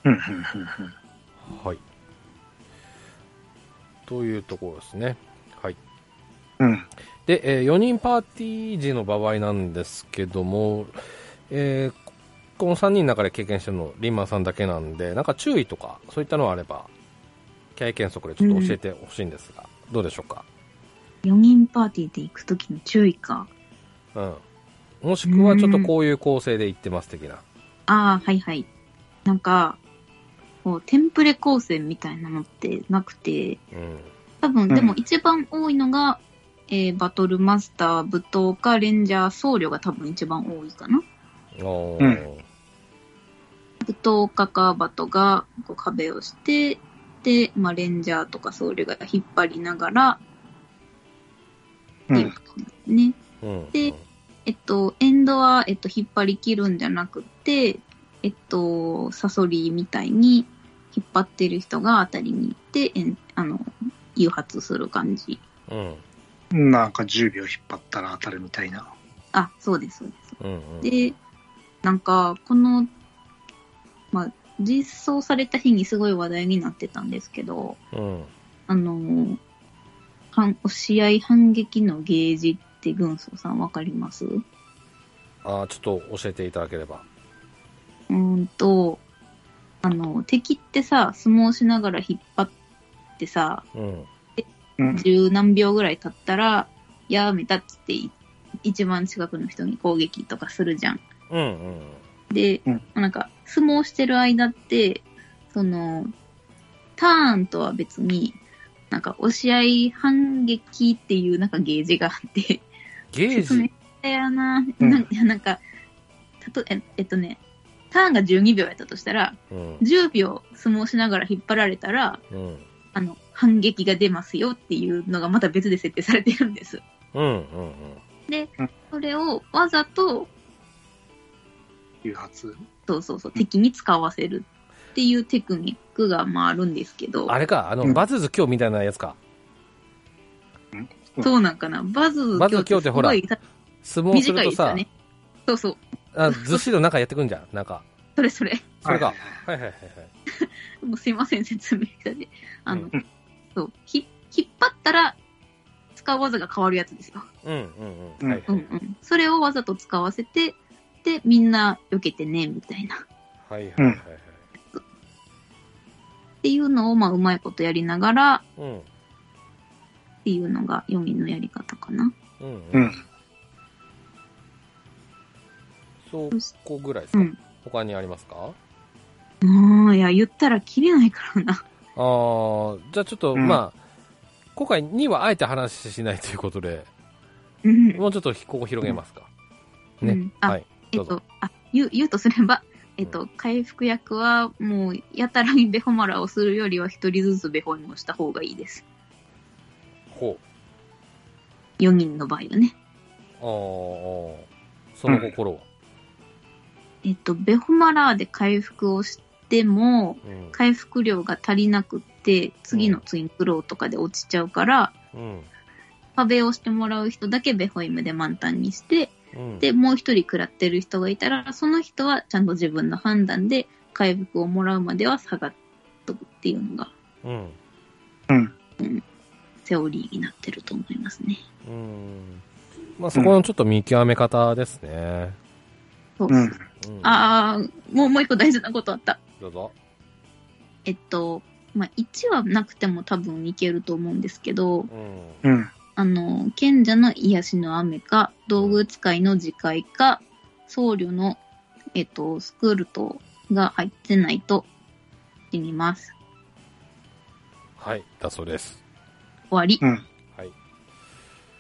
B: うん。
A: はいというところですねはい
B: うん。うん。
A: で、え4人パーティー時の場合なんですけども、えーこの3人の中で経験してるのリンマンさんだけなんでなんか注意とかそういったのがあれば経験則でちょっと教えてほしいんですが、どうでしょうか
C: 4人パーティーで行くときの注意か。
A: うん。もしくはちょっとこういう構成で行ってます的な。
C: ああ、はいはい。なんか、こう、テンプレ構成みたいなのってなくて、
A: うん。
C: 多分、
B: うん
C: でも一番多いのが、えーバトルマスター、舞踏家、レンジャー、僧侶が多分一番多いかな。
A: お
B: う
A: ー
C: 舞踏家かバトがこう壁をして、で、まあ、レンジャーとか僧侶が引っ張りながら、
B: う。
C: っていうんことですね。
A: うん。
C: でえっと、エンドは、えっと、引っ張り切るんじゃなくて、えっと、サソリみたいに引っ張ってる人が当たりに行って、えんあの、誘発する感じ。
A: うん。うん。
B: なんか10秒引っ張ったら当たるみたいな。
C: あ、そうです、そうです。
A: うん。
C: で、なんか、この、まあ、実装された日にすごい話題になってたんですけど、
A: うん。
C: あの、反押し合い反撃のゲージって軍曹さんわかります
A: あーちょっと教えていただければ。
C: うんんと、あの、敵ってさ、相撲しながら引っ張ってさ、
A: うん。
B: うん。
C: 十何秒ぐらい経ったら、やめたっつって、い一番近くの人に攻撃とかするじゃん。
A: うんうん。
C: で、
B: うん
C: まあなんか、相撲してる間って、その、ターンとは別に、なんか、押し合い反撃っていうなんかゲージがあって、
A: ゲー
C: 説明
A: ジ。
C: したやな、
B: うん
C: なんかなんか、たとえ、えっとね、ターンが12秒やったとしたら、
A: うん。
C: 10秒相撲しながら引っ張られたら、
A: うん。
C: あの、反撃が出ますよっていうのがまた別で設定されてるんです。
A: うんうん
C: それをわざと、
B: 誘発。
C: そうそうそう、敵に使わせるっていうテクニックがまああるんですけ
A: う
C: ど
A: ん。、あれか、あの、
B: うん
A: バズズ今日みたいなやつか。
C: そうなんかな、バズ
A: バズ
C: 京
A: 京ってほら
C: すご
A: 相撲
C: い
A: する
C: 短い
A: と
C: ですよ
A: さ、
C: ね。そうそう、
A: あずっしりの中やってくんじゃん。 なんか。
C: それそれ。
A: それか。
B: は
A: はいいは
B: はい
A: いはいはい。
C: もうすいません、説明したで。あの、
B: うん
C: そう、ひ、引っ張ったら、使う技が変わるやつですよ。
A: うんうんうん。はいは
C: うんうん。それをわざと使わせて、で、みんな避けてね、みたいな。っ
A: いはいはいはい。
C: ていうのを、まあ、うまいことやりながら、
A: うん
C: っていうのが4人のやり方かな。
A: うん
B: う
A: うんん。。そこぐらいです
C: う
A: か
C: ん。
A: 他にありますか
C: もう、いや、言ったら切れないからな。
A: あーじゃあちょっと、
B: うん
A: まあ、今回2はあえて話しないということで、
C: うん。
A: もうちょっとここ広げますか。
C: う
A: ね。
C: んあ、
A: はい。
C: え
A: ど
C: っ
A: うぞ
C: と、あ、言う、言うとすれば、えっと、回復役は、もう、やたらにベホマラをするよりは、一人ずつベホイもした方がいいです。
A: ほう。
C: 4人の場合はね。
A: あーあー、その心は。
C: えっと、ベホマラーで回復をしても、
A: うん。
C: 回復量が足りなくって、次のツインクローとかで落ちちゃうから、
A: うん。
C: 壁をしてもらう人だけベホイムで満タンにして、
A: うん。
C: で、もう一人食らってる人がいたら、その人はちゃんと自分の判断で回復をもらうまでは下がっとくっていうのが、
A: うん。
B: うん。
C: セオリーになってると思いますね。
A: うん。まあ、そこのちょっと見極め方ですね。
C: そう
B: うん。
A: うん、
C: あー、もう、もう一個大事なことあった。
A: どうぞ。
C: えっと、まあ、1はなくても多分いけると思うんですけど、
A: うん。
B: うん。
C: あの、賢者の癒しの雨か、道具使いの自戒か、僧侶の、えっと、スクールトが入ってないと、死にます。
A: はい。だそうです。
C: 終わり。
B: うん。
A: はい。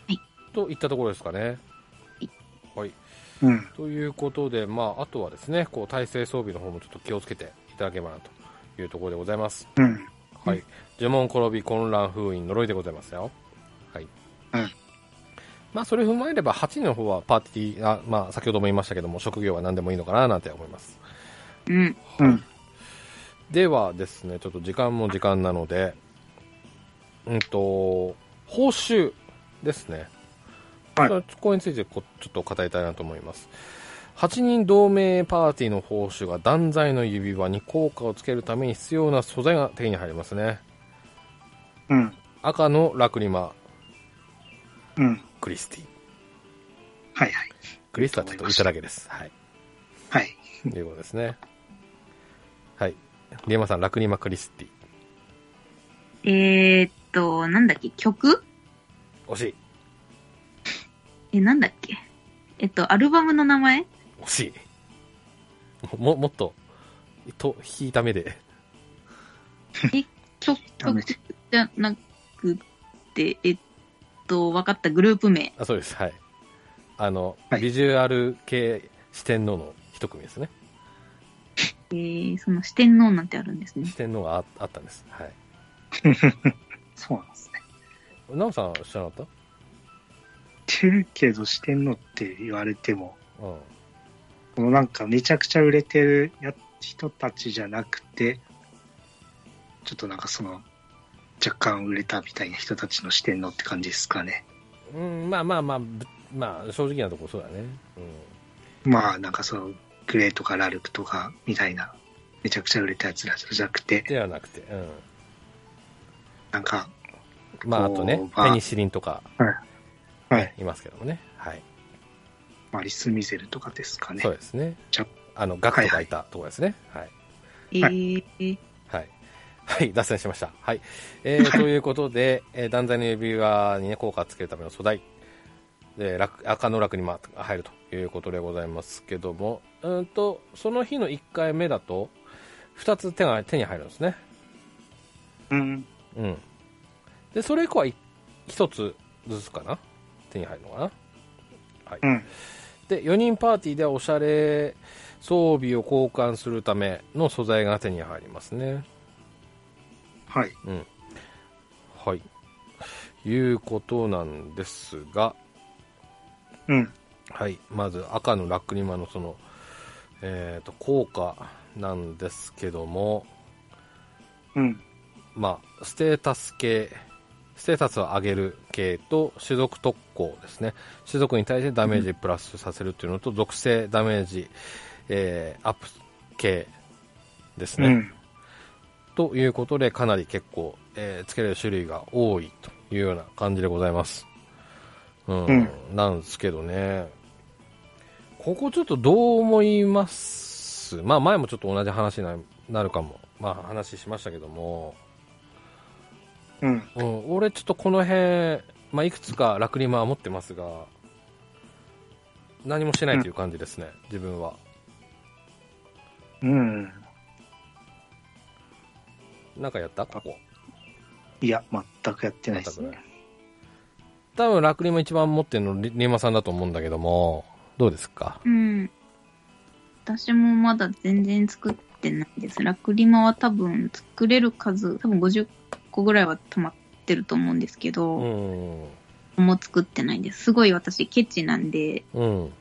C: い
A: といったところですかね。はい。
B: うん。
A: ということで、まあ、あとはですね、こう、体制装備の方もちょっと気をつけていただければなというところでございます。
B: うん。
A: はい。呪文転び、混乱、封印、呪いでございますよ。はい。
B: うん
A: まあ、それ踏まえれば、8人の方はパーティー、あまあ、先ほども言いましたけども、職業は何でもいいのかな、なんて思います。
C: うん。
B: うん。
A: ではですね、ちょっと時間も時間なので、うんと、報酬ですね。
B: はい
A: ここについてこちょっと語りたいなと思います。8人同盟パーティーの報酬が断罪の指輪に効果をつけるために必要な素材が手に入りますね。
B: うん。
A: 赤のラクリマ、
B: うん。
A: クリスティ。
B: はいはい。
A: クリスティはちょっといただけです。はい。
B: はい。
A: ということですね。はい。リエマさん、ラクリマクリスティ。
C: えーっと、なんだっけ、曲
A: 惜しい。
C: え、なんだっけ。えっと、アルバムの名前
A: 惜しい。も、もっと、と、引いた目で。
C: 曲、
B: ダメ
C: 曲じゃなくて、えっと、わかった、グループ名。
A: あ、そうです。はい。あの、
B: はい
A: ビジュアル系四天王の一組ですね。
C: えー、その四天王なんてあるんですね
A: 四。天王がああったんです。はい。
B: そうなんですね。
A: ナオさん知らなかっ
B: 知ってるけど、してんのって言われても、
A: たうん。
B: このなんかめちゃくちゃ売れてるや人たちじゃなくて、ちょっとなんかその、若干売れたみたいな人たちの視点のって感じですかね。
A: うん、まあまあまあ、ぶまあ、正直なところそうだね。
B: まあなんかその、グレーとかラルクとかみたいな、めちゃくちゃ売れたやつらじゃなく
A: うん。
B: て、
A: ではなくて、うん。
B: なんか、
A: まあ、あと
B: こ
A: ね
B: う、まあ
A: ペニシリンとか、
B: はい。
A: いますけどもね。はい。
B: マリス・ミゼルとかですかね
A: そう。ですね。
B: ちゃ
A: あの、ガクトがいたところですね。はい。
C: えー
A: はい。はい、脱線しました。はい。え ー、ということで、えー、断罪の指輪にね、効果をつけるための素材、で、楽、赤の楽にまあ入るということでございますけども、うーんと、その日の1回目だと、2つ手が、手に入るんですね。
B: うん。
A: うん。で、それ以降は1つずつかな手に入るのかなはい。
B: うん。
A: で4人パーティーでおしゃれ装備を交換するための素材が手に入りますね
B: はい。
A: はいいうことなんですが
B: うん。
A: はいまず赤のラックリマのそのえー、と効果なんですけども
B: うん。
A: まあステータス系ステータスを上げる系と種族特攻ですね種族に対してダメージプラスさせるっていうのと、属性ダメージ、えーアップ系です
B: う
A: ね、
B: ん。
A: ということで、かなり結構、えーつけれる種類が多いというような感じでございます。うん、
B: うん
A: なんですけどね。ここちょっとどう思いますまあ前もちょっと同じ話にななるかも。まあ話しましたけども。
B: うん。
A: うん、俺ちょっとこの辺、まあいくつかラクリマは持ってますが、何もしてないという感じですね、自分は。
B: うん。
A: なんかやったここ。
B: いや、全くやってないです
A: 全く
B: ね
A: な。多分ラクリマ一番持ってるのリリーマさんだと思うんだけども、どうですか
C: うん。私もまだ全然作ってないです。ラクリマは多分作れる数、多分50個ぐらいは溜まってると思うんですけど、
A: うん。
C: もう作ってないです。すごい私ケチなんで、
A: うん。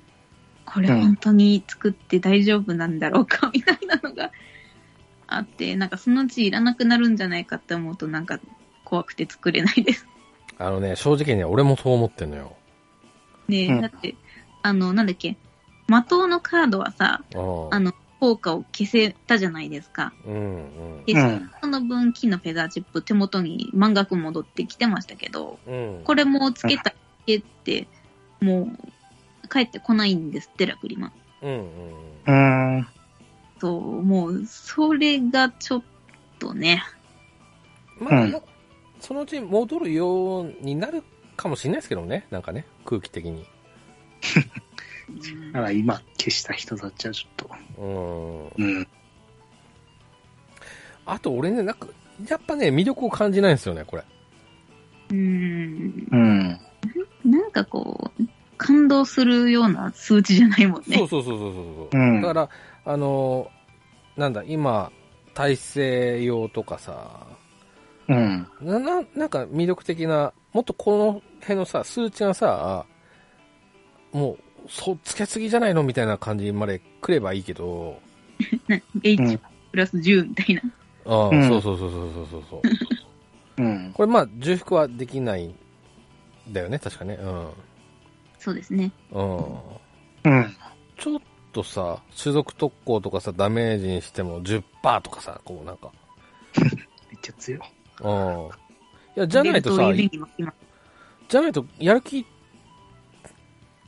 C: これ本当に作って大丈夫なんだろうか、みたいなのがあって、なんかそのうちいらなくなるんじゃないかって思うとなんか怖くて作れないです。
A: あのね、正直ね、俺もそう思ってんのよ。
C: ね、
B: うん
C: だって、あの、なんだっけ、魔党のカードはさ、
A: うん。
C: あの、効果を消せたじゃないですか。
A: うん、
C: で、
B: うん
C: その分、金のフェザーチップ手元に満額戻ってきてましたけど、
A: うん。うん。
C: これもつけたけって、もう、帰ってこないんですって、ラクリマ。
A: うん、うん。
B: うん。
C: そう、もう、それがちょっとね、
A: まあ、
B: うん
A: そのうち戻るようになるかもしれないですけどね、なんかね、空気的に。
C: うん
B: だから今消した人たちはちょっと。
A: うん。
B: うん。
A: あと俺ね、なんか、やっぱね、魅力を感じないんですよね、これ。
C: うん、
B: うん。
C: なんかこう、感動するような数値じゃないも
A: そ
C: ん
A: う
C: ね。
A: そうそうそうそう。
B: う。
A: うんだから、あの、なんだ、今、体制用とかさ、
B: うん。
A: な、な、なんか魅力的な、もっとこの辺のさ、数値がさ、もう、そう、つけすぎじゃないのみたいな感じまで来ればいいけど、
C: な H プラス10みたいな。
A: ああ、
B: うん
A: そうそうそうそうそうそうそう。
B: うん。
A: これまあ、重複はできないんだよね、確かね。うん。
C: そうですね。
A: うん。
B: うん。
A: ちょっとさ、種族特攻とかさ、ダメージにしても10%とかさ、こうなんか。
B: めっちゃ強い。
A: うん。いや、じゃないと
C: ベル
A: さ、
C: を指に巻きます
A: じゃないと、やる気、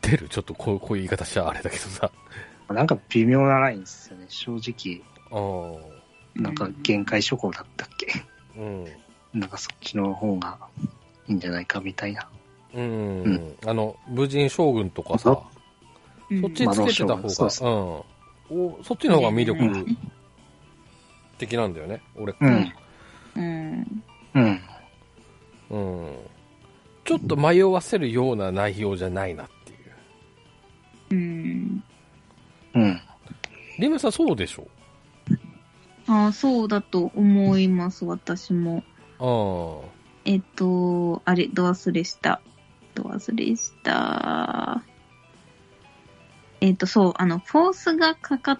A: 出るちょっとこう、こういう言い方しちゃあれだけどさ。
B: なんか微妙なラインですよね。正直、
A: うん。
B: なんか限界諸行だったっけ、
A: うん。
B: なんかそっちの方がいいんじゃないかみたいな。
A: うん。
B: う
A: あの、武人将軍とかさ、
C: うん
A: そっちつけてた方が、
B: 魔導将軍そうそ
A: うんお。そっちの方が魅
C: う
A: 力
C: ん
A: 的なんだよね、俺。
B: うん。
C: うん。
B: うん。
A: うん。ちょっと迷わせるような内容じゃないなっていう。
C: うん。
B: うん。
A: リムさんそうでしょ
C: ああ、そうだと思います、私も。
A: あ
C: えっと、あれ、ド忘れした。ド忘れした。えっと、そう、あの、フォースがかか、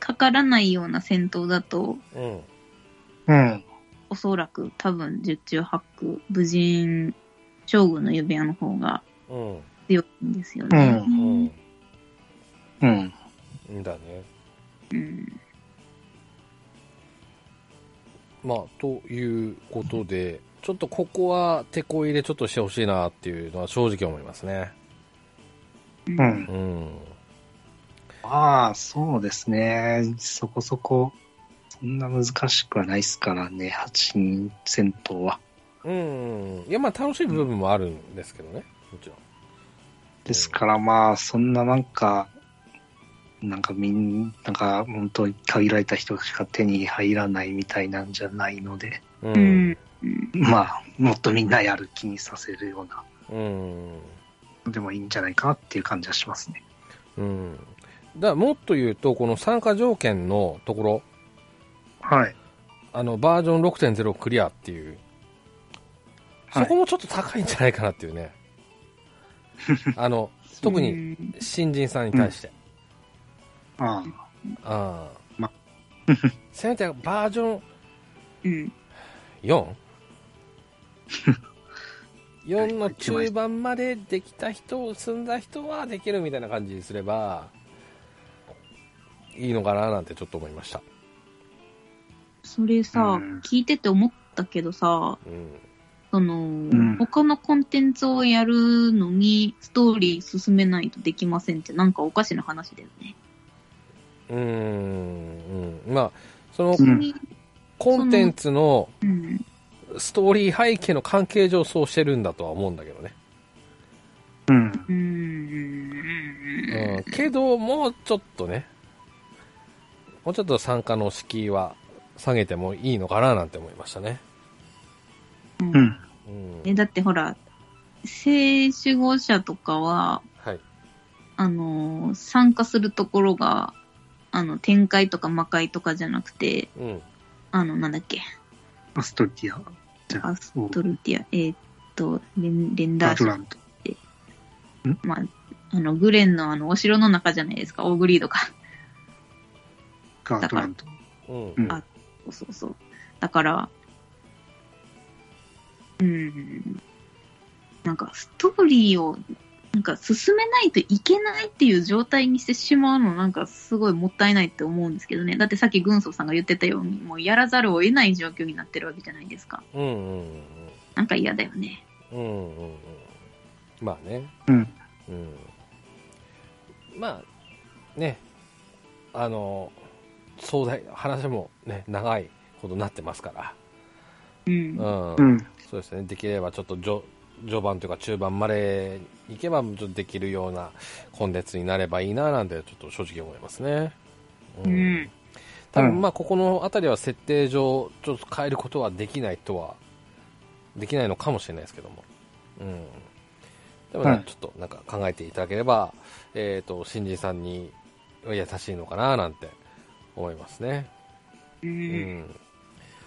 C: かからないような戦闘だと、
A: あ。うん。
B: うん。
C: おそらく多分、十中八九、武人、将軍の指輪の方が
A: うん。
C: 強いんですよね。
B: う
A: うん。
B: うん。
A: んだね。
C: うん。
A: まあ、ということで、ちょっとここは手こ入れちょっとしてほしいなっていうのは正直思いますね。
C: う
B: うん。
A: うん。
B: まあ、そうですね。そこそこ、そんな難しくはないですからね、8人戦闘は。
A: うん。いや、まあ楽しい部分もあるんですけどね、もちろん。
B: ですからまあ、そんななんか、なんかみんなんか本当に限られた人しか手に入らないみたいなんじゃないので、
A: う。
C: うんん。うん
B: まあ、もっとみんなやる気にさせるような、
A: うん。
B: でもいいんじゃないかなっていう感じはしますね。
A: うん。だからもっと言うと、この参加条件のところ、
B: はい。
A: あの、バージョン6.0クリアっていう、
B: は
A: そ
B: い
A: こもちょっと高いんじゃないかなっていう ね。あの、特に新人さんに対して。
B: あ
A: ああ。
B: ま
A: せめてバージョン
C: うん。
A: 4 4の中盤までできた人、済んだ人はできるみたいな感じにすれば、いいのかななんてちょっと思いました。
C: それさ
B: うん、
C: 聞いてて思ったけどさ、
A: うん。
C: その、
B: ん
C: 他のコンテンツをやるのに、ストーリー進めないとできませんって、なんかおかしな話だよね。
A: うーん。うん。まあ、その
B: う、ん
C: に
A: コンテンツの
C: うん。
A: ストーリー背景の関係上そうしてるんだとは思うんだけどね。
B: あ。うん。
A: う
C: うん。
A: ん。けど、もうちょっとね、もうちょっと参加の敷居は下げてもいいのかななんて思いましたね。
C: うん
B: うん。
A: うん。
C: え、だってほら、性守護者とかは、
A: はい。
C: あの、参加するところが、あの、展開とか魔界とかじゃなくて、
A: うん。
C: あの、なんだっけ、
B: アストリティア、じゃ
C: ア
B: あ、
C: ストルティア、えーっと、レンレン
B: ア
C: ダー
B: ト
C: 社、
B: ラント。
C: まあ、あの、グレンのあの、お城の中じゃないですか、オーグリードか。
B: か、アトラント。
A: うん。
B: うん
C: あそうそうそう。だから、うん、なんかストーリーを、なんか進めないといけないっていう状態にしてしまうのなんかすごいもったいないって思うんですけどね。だってさっき軍曹さんが言ってたように、もうやらざるを得ない状況になってるわけじゃないですか。
A: うんうん
C: なんか嫌だよね。
A: うんうんうんうんまあね
B: うん。
A: うんまあねあの壮大な話もね長いほどなってますから
C: う。
A: うんん、
B: うん。
A: そうですねできればちょっと序序盤というか中盤までいけばちょっとできるようなコンテンツになればいいななんてちょっと正直思いますね
C: うん
A: 多
B: う
A: 分
B: ん
A: まあここの辺りは設定上ちょっと変えることはできないとはできないのかもしれないですけども、うん、でもね、
B: はい
A: ちょっとなんか考えていただければ、えー、と新人さんには優しいのかななんて思いますね、
C: う
A: うん
C: ん。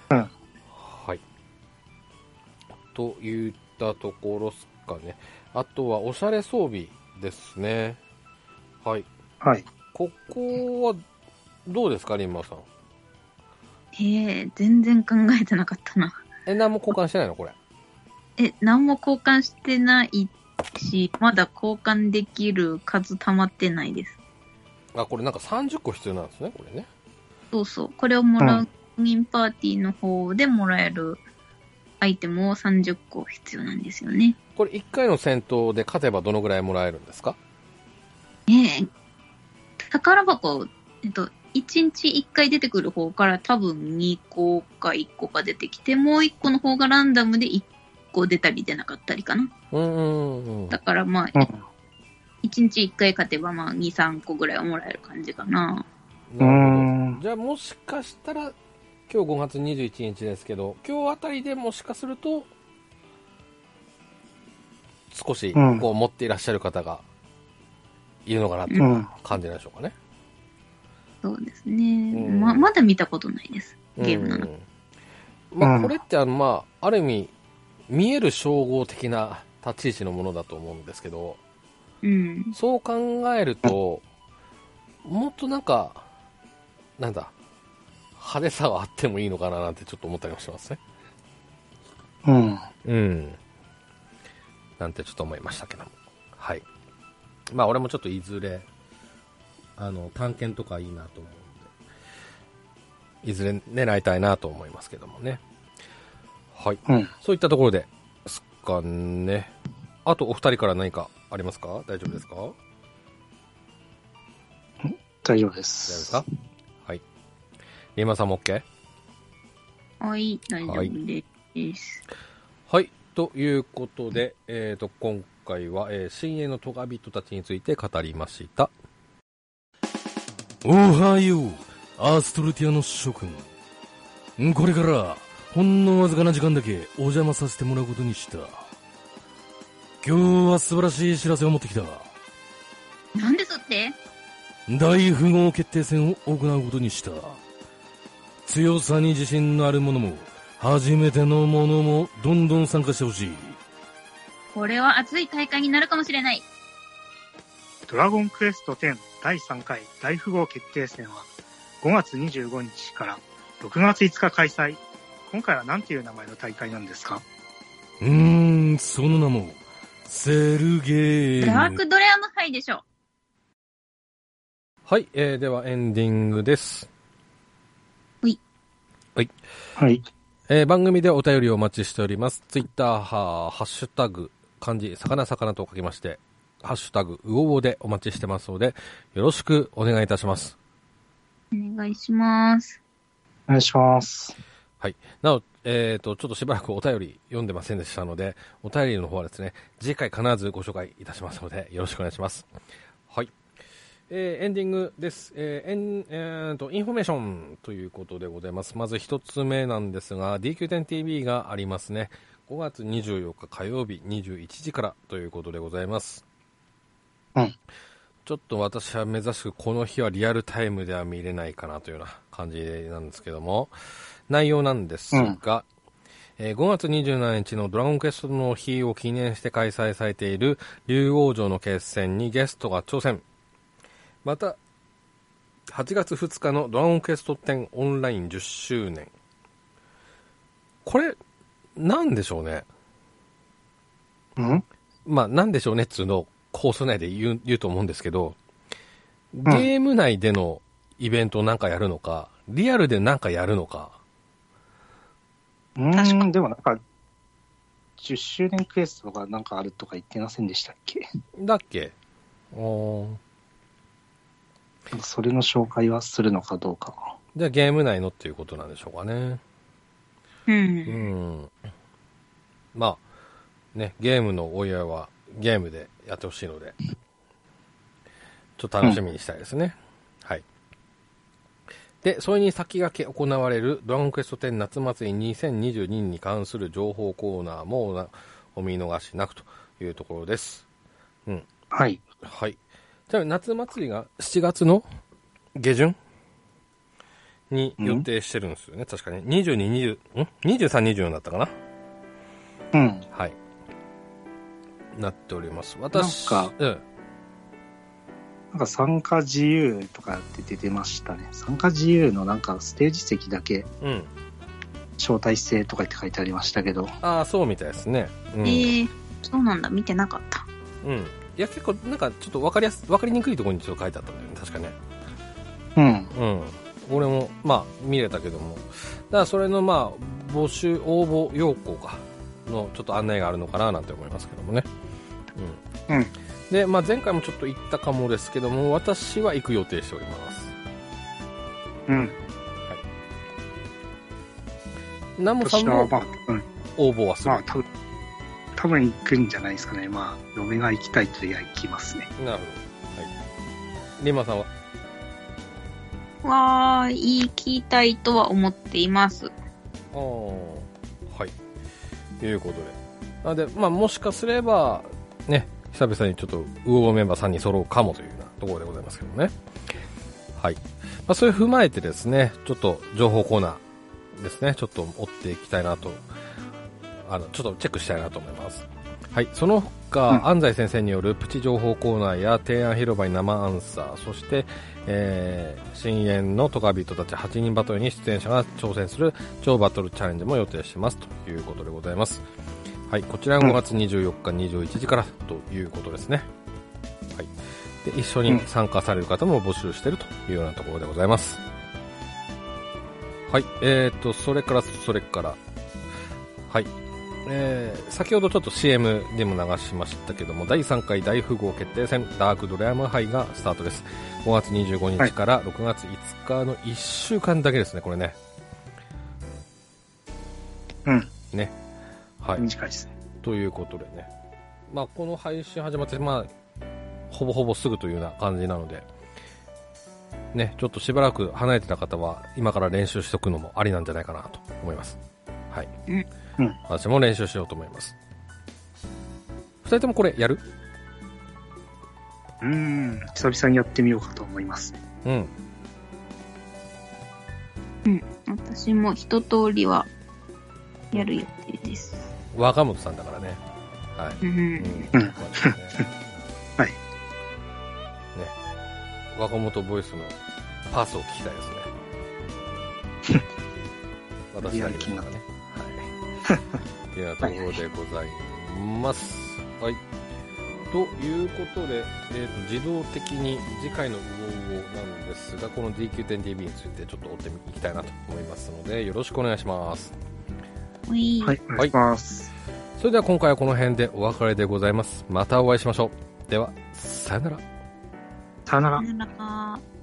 B: うん
A: はいといったところですかねあとはおしゃれ装備ですねはい
B: はい。
A: ここはどうですかリンマさん
C: へえ、全然考えてなかったな。
A: え何も交換してないのこれ
C: え、何も交換してないし、まだ交換できる数溜まってないです。
A: あこれなんか30個必要なんですねこれね
C: そうそう。これをもら
B: う
C: う、インパーティーの方でもらえるアイテムを30個必要なんですよね。
A: これ1回の戦闘で勝てばどのぐらいもらえるんですか
C: ねえ。宝箱、えっと、1日1回出てくる方から多分2個か1個か出てきて、もう1個の方がランダムで1個出たり出なかったりかな。
A: うんうんうん
C: だからまあ、
B: う
C: 1
B: ん。
C: 日1回勝てばまあ2、3個ぐらいはもらえる感じかな。
B: う
A: なるほど
B: ん。
A: じゃあもしかしたら今日5月21日ですけど今日あたりでもしかすると少し
B: うん
A: こう持っていらっしゃる方がいるのかなっていう
B: うん。
A: 感じなんでしょうかね、
C: そうですね。
A: うん
C: ま、まだ見たことないです。ゲームなの。
A: うんま
B: う
A: あ、
B: ん
A: これってあの、まあ、ある意味見える称号的な立ち位置のものだと思うんですけど、
C: うん。
A: そう考えると、もっとなんか、なんだ、派手さはあってもいいのかななんてちょっと思ったりもしますね。
B: うん。
A: うん。なんてちょっと思いましたけども。はい。まあ俺もちょっといずれ、あの、探検とかいいなと思うんで、いずれ狙いたいなと思いますけどもね。はい。
B: うん。
A: そういったところですかね。あとお二人から何かありますか大丈夫ですか
B: 大丈夫で
A: 大丈夫です
B: す。
A: かはい。リーマンさんも OK?
C: はい、大丈夫です。
A: はい。ということで、えー、と、今回は、えー、深淵のトガビトたちについて語りました。おはよう、アーストルティアの諸君。んこれから、ほんのわずかな時間だけお邪魔させてもらうことにした。今日は素晴らしい知らせを持ってきた。
C: なんですって
A: 大富豪決定戦を行うことにした強さに自信のある者も初めての者もどんどん参加してほしい
C: これは熱い大会になるかもしれない。
B: ドラゴンクエスト10第3回大富豪決定戦は5月25日から6月5日開催。今回は何ていう名前の大会なんですか
A: うーんその名もセルゲ
C: ダ
A: ー
C: ー
A: ム
C: クドレアの杯でしょ。
A: はい、えー、ではエンディングです
B: はい。
A: えー番組でお便りをお待ちしております。ツイッターは、ハッシュタグ、漢字、魚魚と書きまして、ハッシュタグ、うおおでお待ちしてますので、よろしくお願いいたします。
C: お願いします。
B: お願いします。
A: はい。なお、えっ、と、ちょっとしばらくお便り読んでませんでしたので、お便りの方はですね、次回必ずご紹介いたしますので、よろしくお願いします。はい。えーエンディングです。えーエン、えーと、インフォメーションということでございます。まず一つ目なんですが、DQ10TV がありますね。5月24日火曜日21時からということでございます。
B: うん。
A: ちょっと私は目指しくこの日はリアルタイムでは見れないかなというような感じなんですけども、内容なんですが、えー5月27日のドラゴンクエストの日を記念して開催されている竜王城の決戦にゲストが挑戦。また、8月2日のドラゴンクエスト10オンライン10周年。これ、なんでしょうね。
B: うん
A: まあ、なんでしょうねっつうのをコース内で言う言うと思うんですけど、ゲーム内でのイベントなんかやるのか、リアルでなんかやるのか、
B: う
C: 確
B: ーん、でもなんか、10周年クエストがなんかあるとか言ってませんでしたっけ
A: だっけおー
B: なんかそれの紹介はするのかどうか。
A: じゃあゲーム内のっていうことなんでしょうかね。う
C: う。
A: んん。まあ、ね、ゲームのお祝いはゲームでやってほしいので、ちょっと楽しみにしたいですね。はい。で、それに先駆け行われるドラゴンクエスト10夏祭り2022に関する情報コーナーもおなお見逃しなくというところです。
B: はい。
A: はい。じゃあ夏祭りが7月の下旬に予定してるんですよね。確かに。22、20、ん ?23、24だったかな
B: うん。
A: はい。なっております。私、
B: なんか
A: うん。
B: なんか参加自由とかって出てましたね。参加自由のなんかステージ席だけ
A: うん。
B: 招待制とかって書いてありましたけど。
A: ああ、そうみたいですね。うん。
C: えー、そうなんだ。見てなかった。
A: うん。いや、結構、なんか、ちょっとわかりやす、わかりにくいところにちょっと書いてあったんだよね。確かね。
B: うん。
A: うん。俺も、まあ、見れたけども。だから、それの、まあ、募集、応募要項か、の、ちょっと案内があるのかな、なんて思いますけどもね。うん。
B: うん。
A: で、まあ、前回もちょっと行ったかもですけども、私は行く予定しております。
B: うん。
A: ナモさん
B: 私は
A: も
B: まあ、うん、
A: 応募はする
B: ま。あ、多分、多分行くんじゃないですかね。まあ、嫁が行きたいとりゃ行きますね。
A: なるほど。はい。リンマさんは
C: わー、行きたいとは思っています。
A: ああはい。ということで。なので、まあ、もしかすれば、ね、久々にちょっと、ウオメンバー3人揃うかもというようなところでございますけどね。はい。まあ、それを踏まえてですね、ちょっと情報コーナーですね、ちょっと追っていきたいなと、あの、ちょっとチェックしたいなと思います。はい。その他、
B: うん
A: 安西先生によるプチ情報コーナーや提案広場に生アンサー、そして、えー、深淵のトカビトたち8人バトルに出演者が挑戦する超バトルチャレンジも予定してますということでございます。はい、こちらが5月24日21時からということですね。はい。で、一緒に参加される方も募集してるというようなところでございます。はい、えーと、それから、それから、はい。えー先ほどちょっと CM でも流しましたけども第3回大富豪決定戦ダークドラム杯がスタートです5月25日から6月5日の1週間だけですねこれね
B: うん。
A: ねはい
B: 短いですね。
A: ということでね、まあ、この配信始まって、まあ、ほぼほぼすぐというような感じなので、ね、ちょっとしばらく離れてた方は、今から練習しとくのもありなんじゃないかなと思います。はい。
C: うん
B: うん
A: 私も練習しようと思います。二人ともこれやる
B: うーん。久々にやってみようかと思います。
A: うん。
C: 私も一通りはやる予定です。
A: 若本さんだからね。はい。
C: うん。
A: うん
B: う
A: ま
B: ん
A: あ
B: は
A: ね
B: い
A: ね。若元ボイスのパスを聞きたいですね。 私だけですからね。はい。というようなところでございます。はい。ということで、えーと自動的に次回のウォウォなんですが、この DQ10TV についてちょっと追っていきたいなと思いますので、よろしくお願いします。
C: おい。
B: はい。お願いします。
A: それでは今回はこの辺でお別れでございます。またお会いしましょう。では、さよなら。
B: さよなら
C: さ。よなら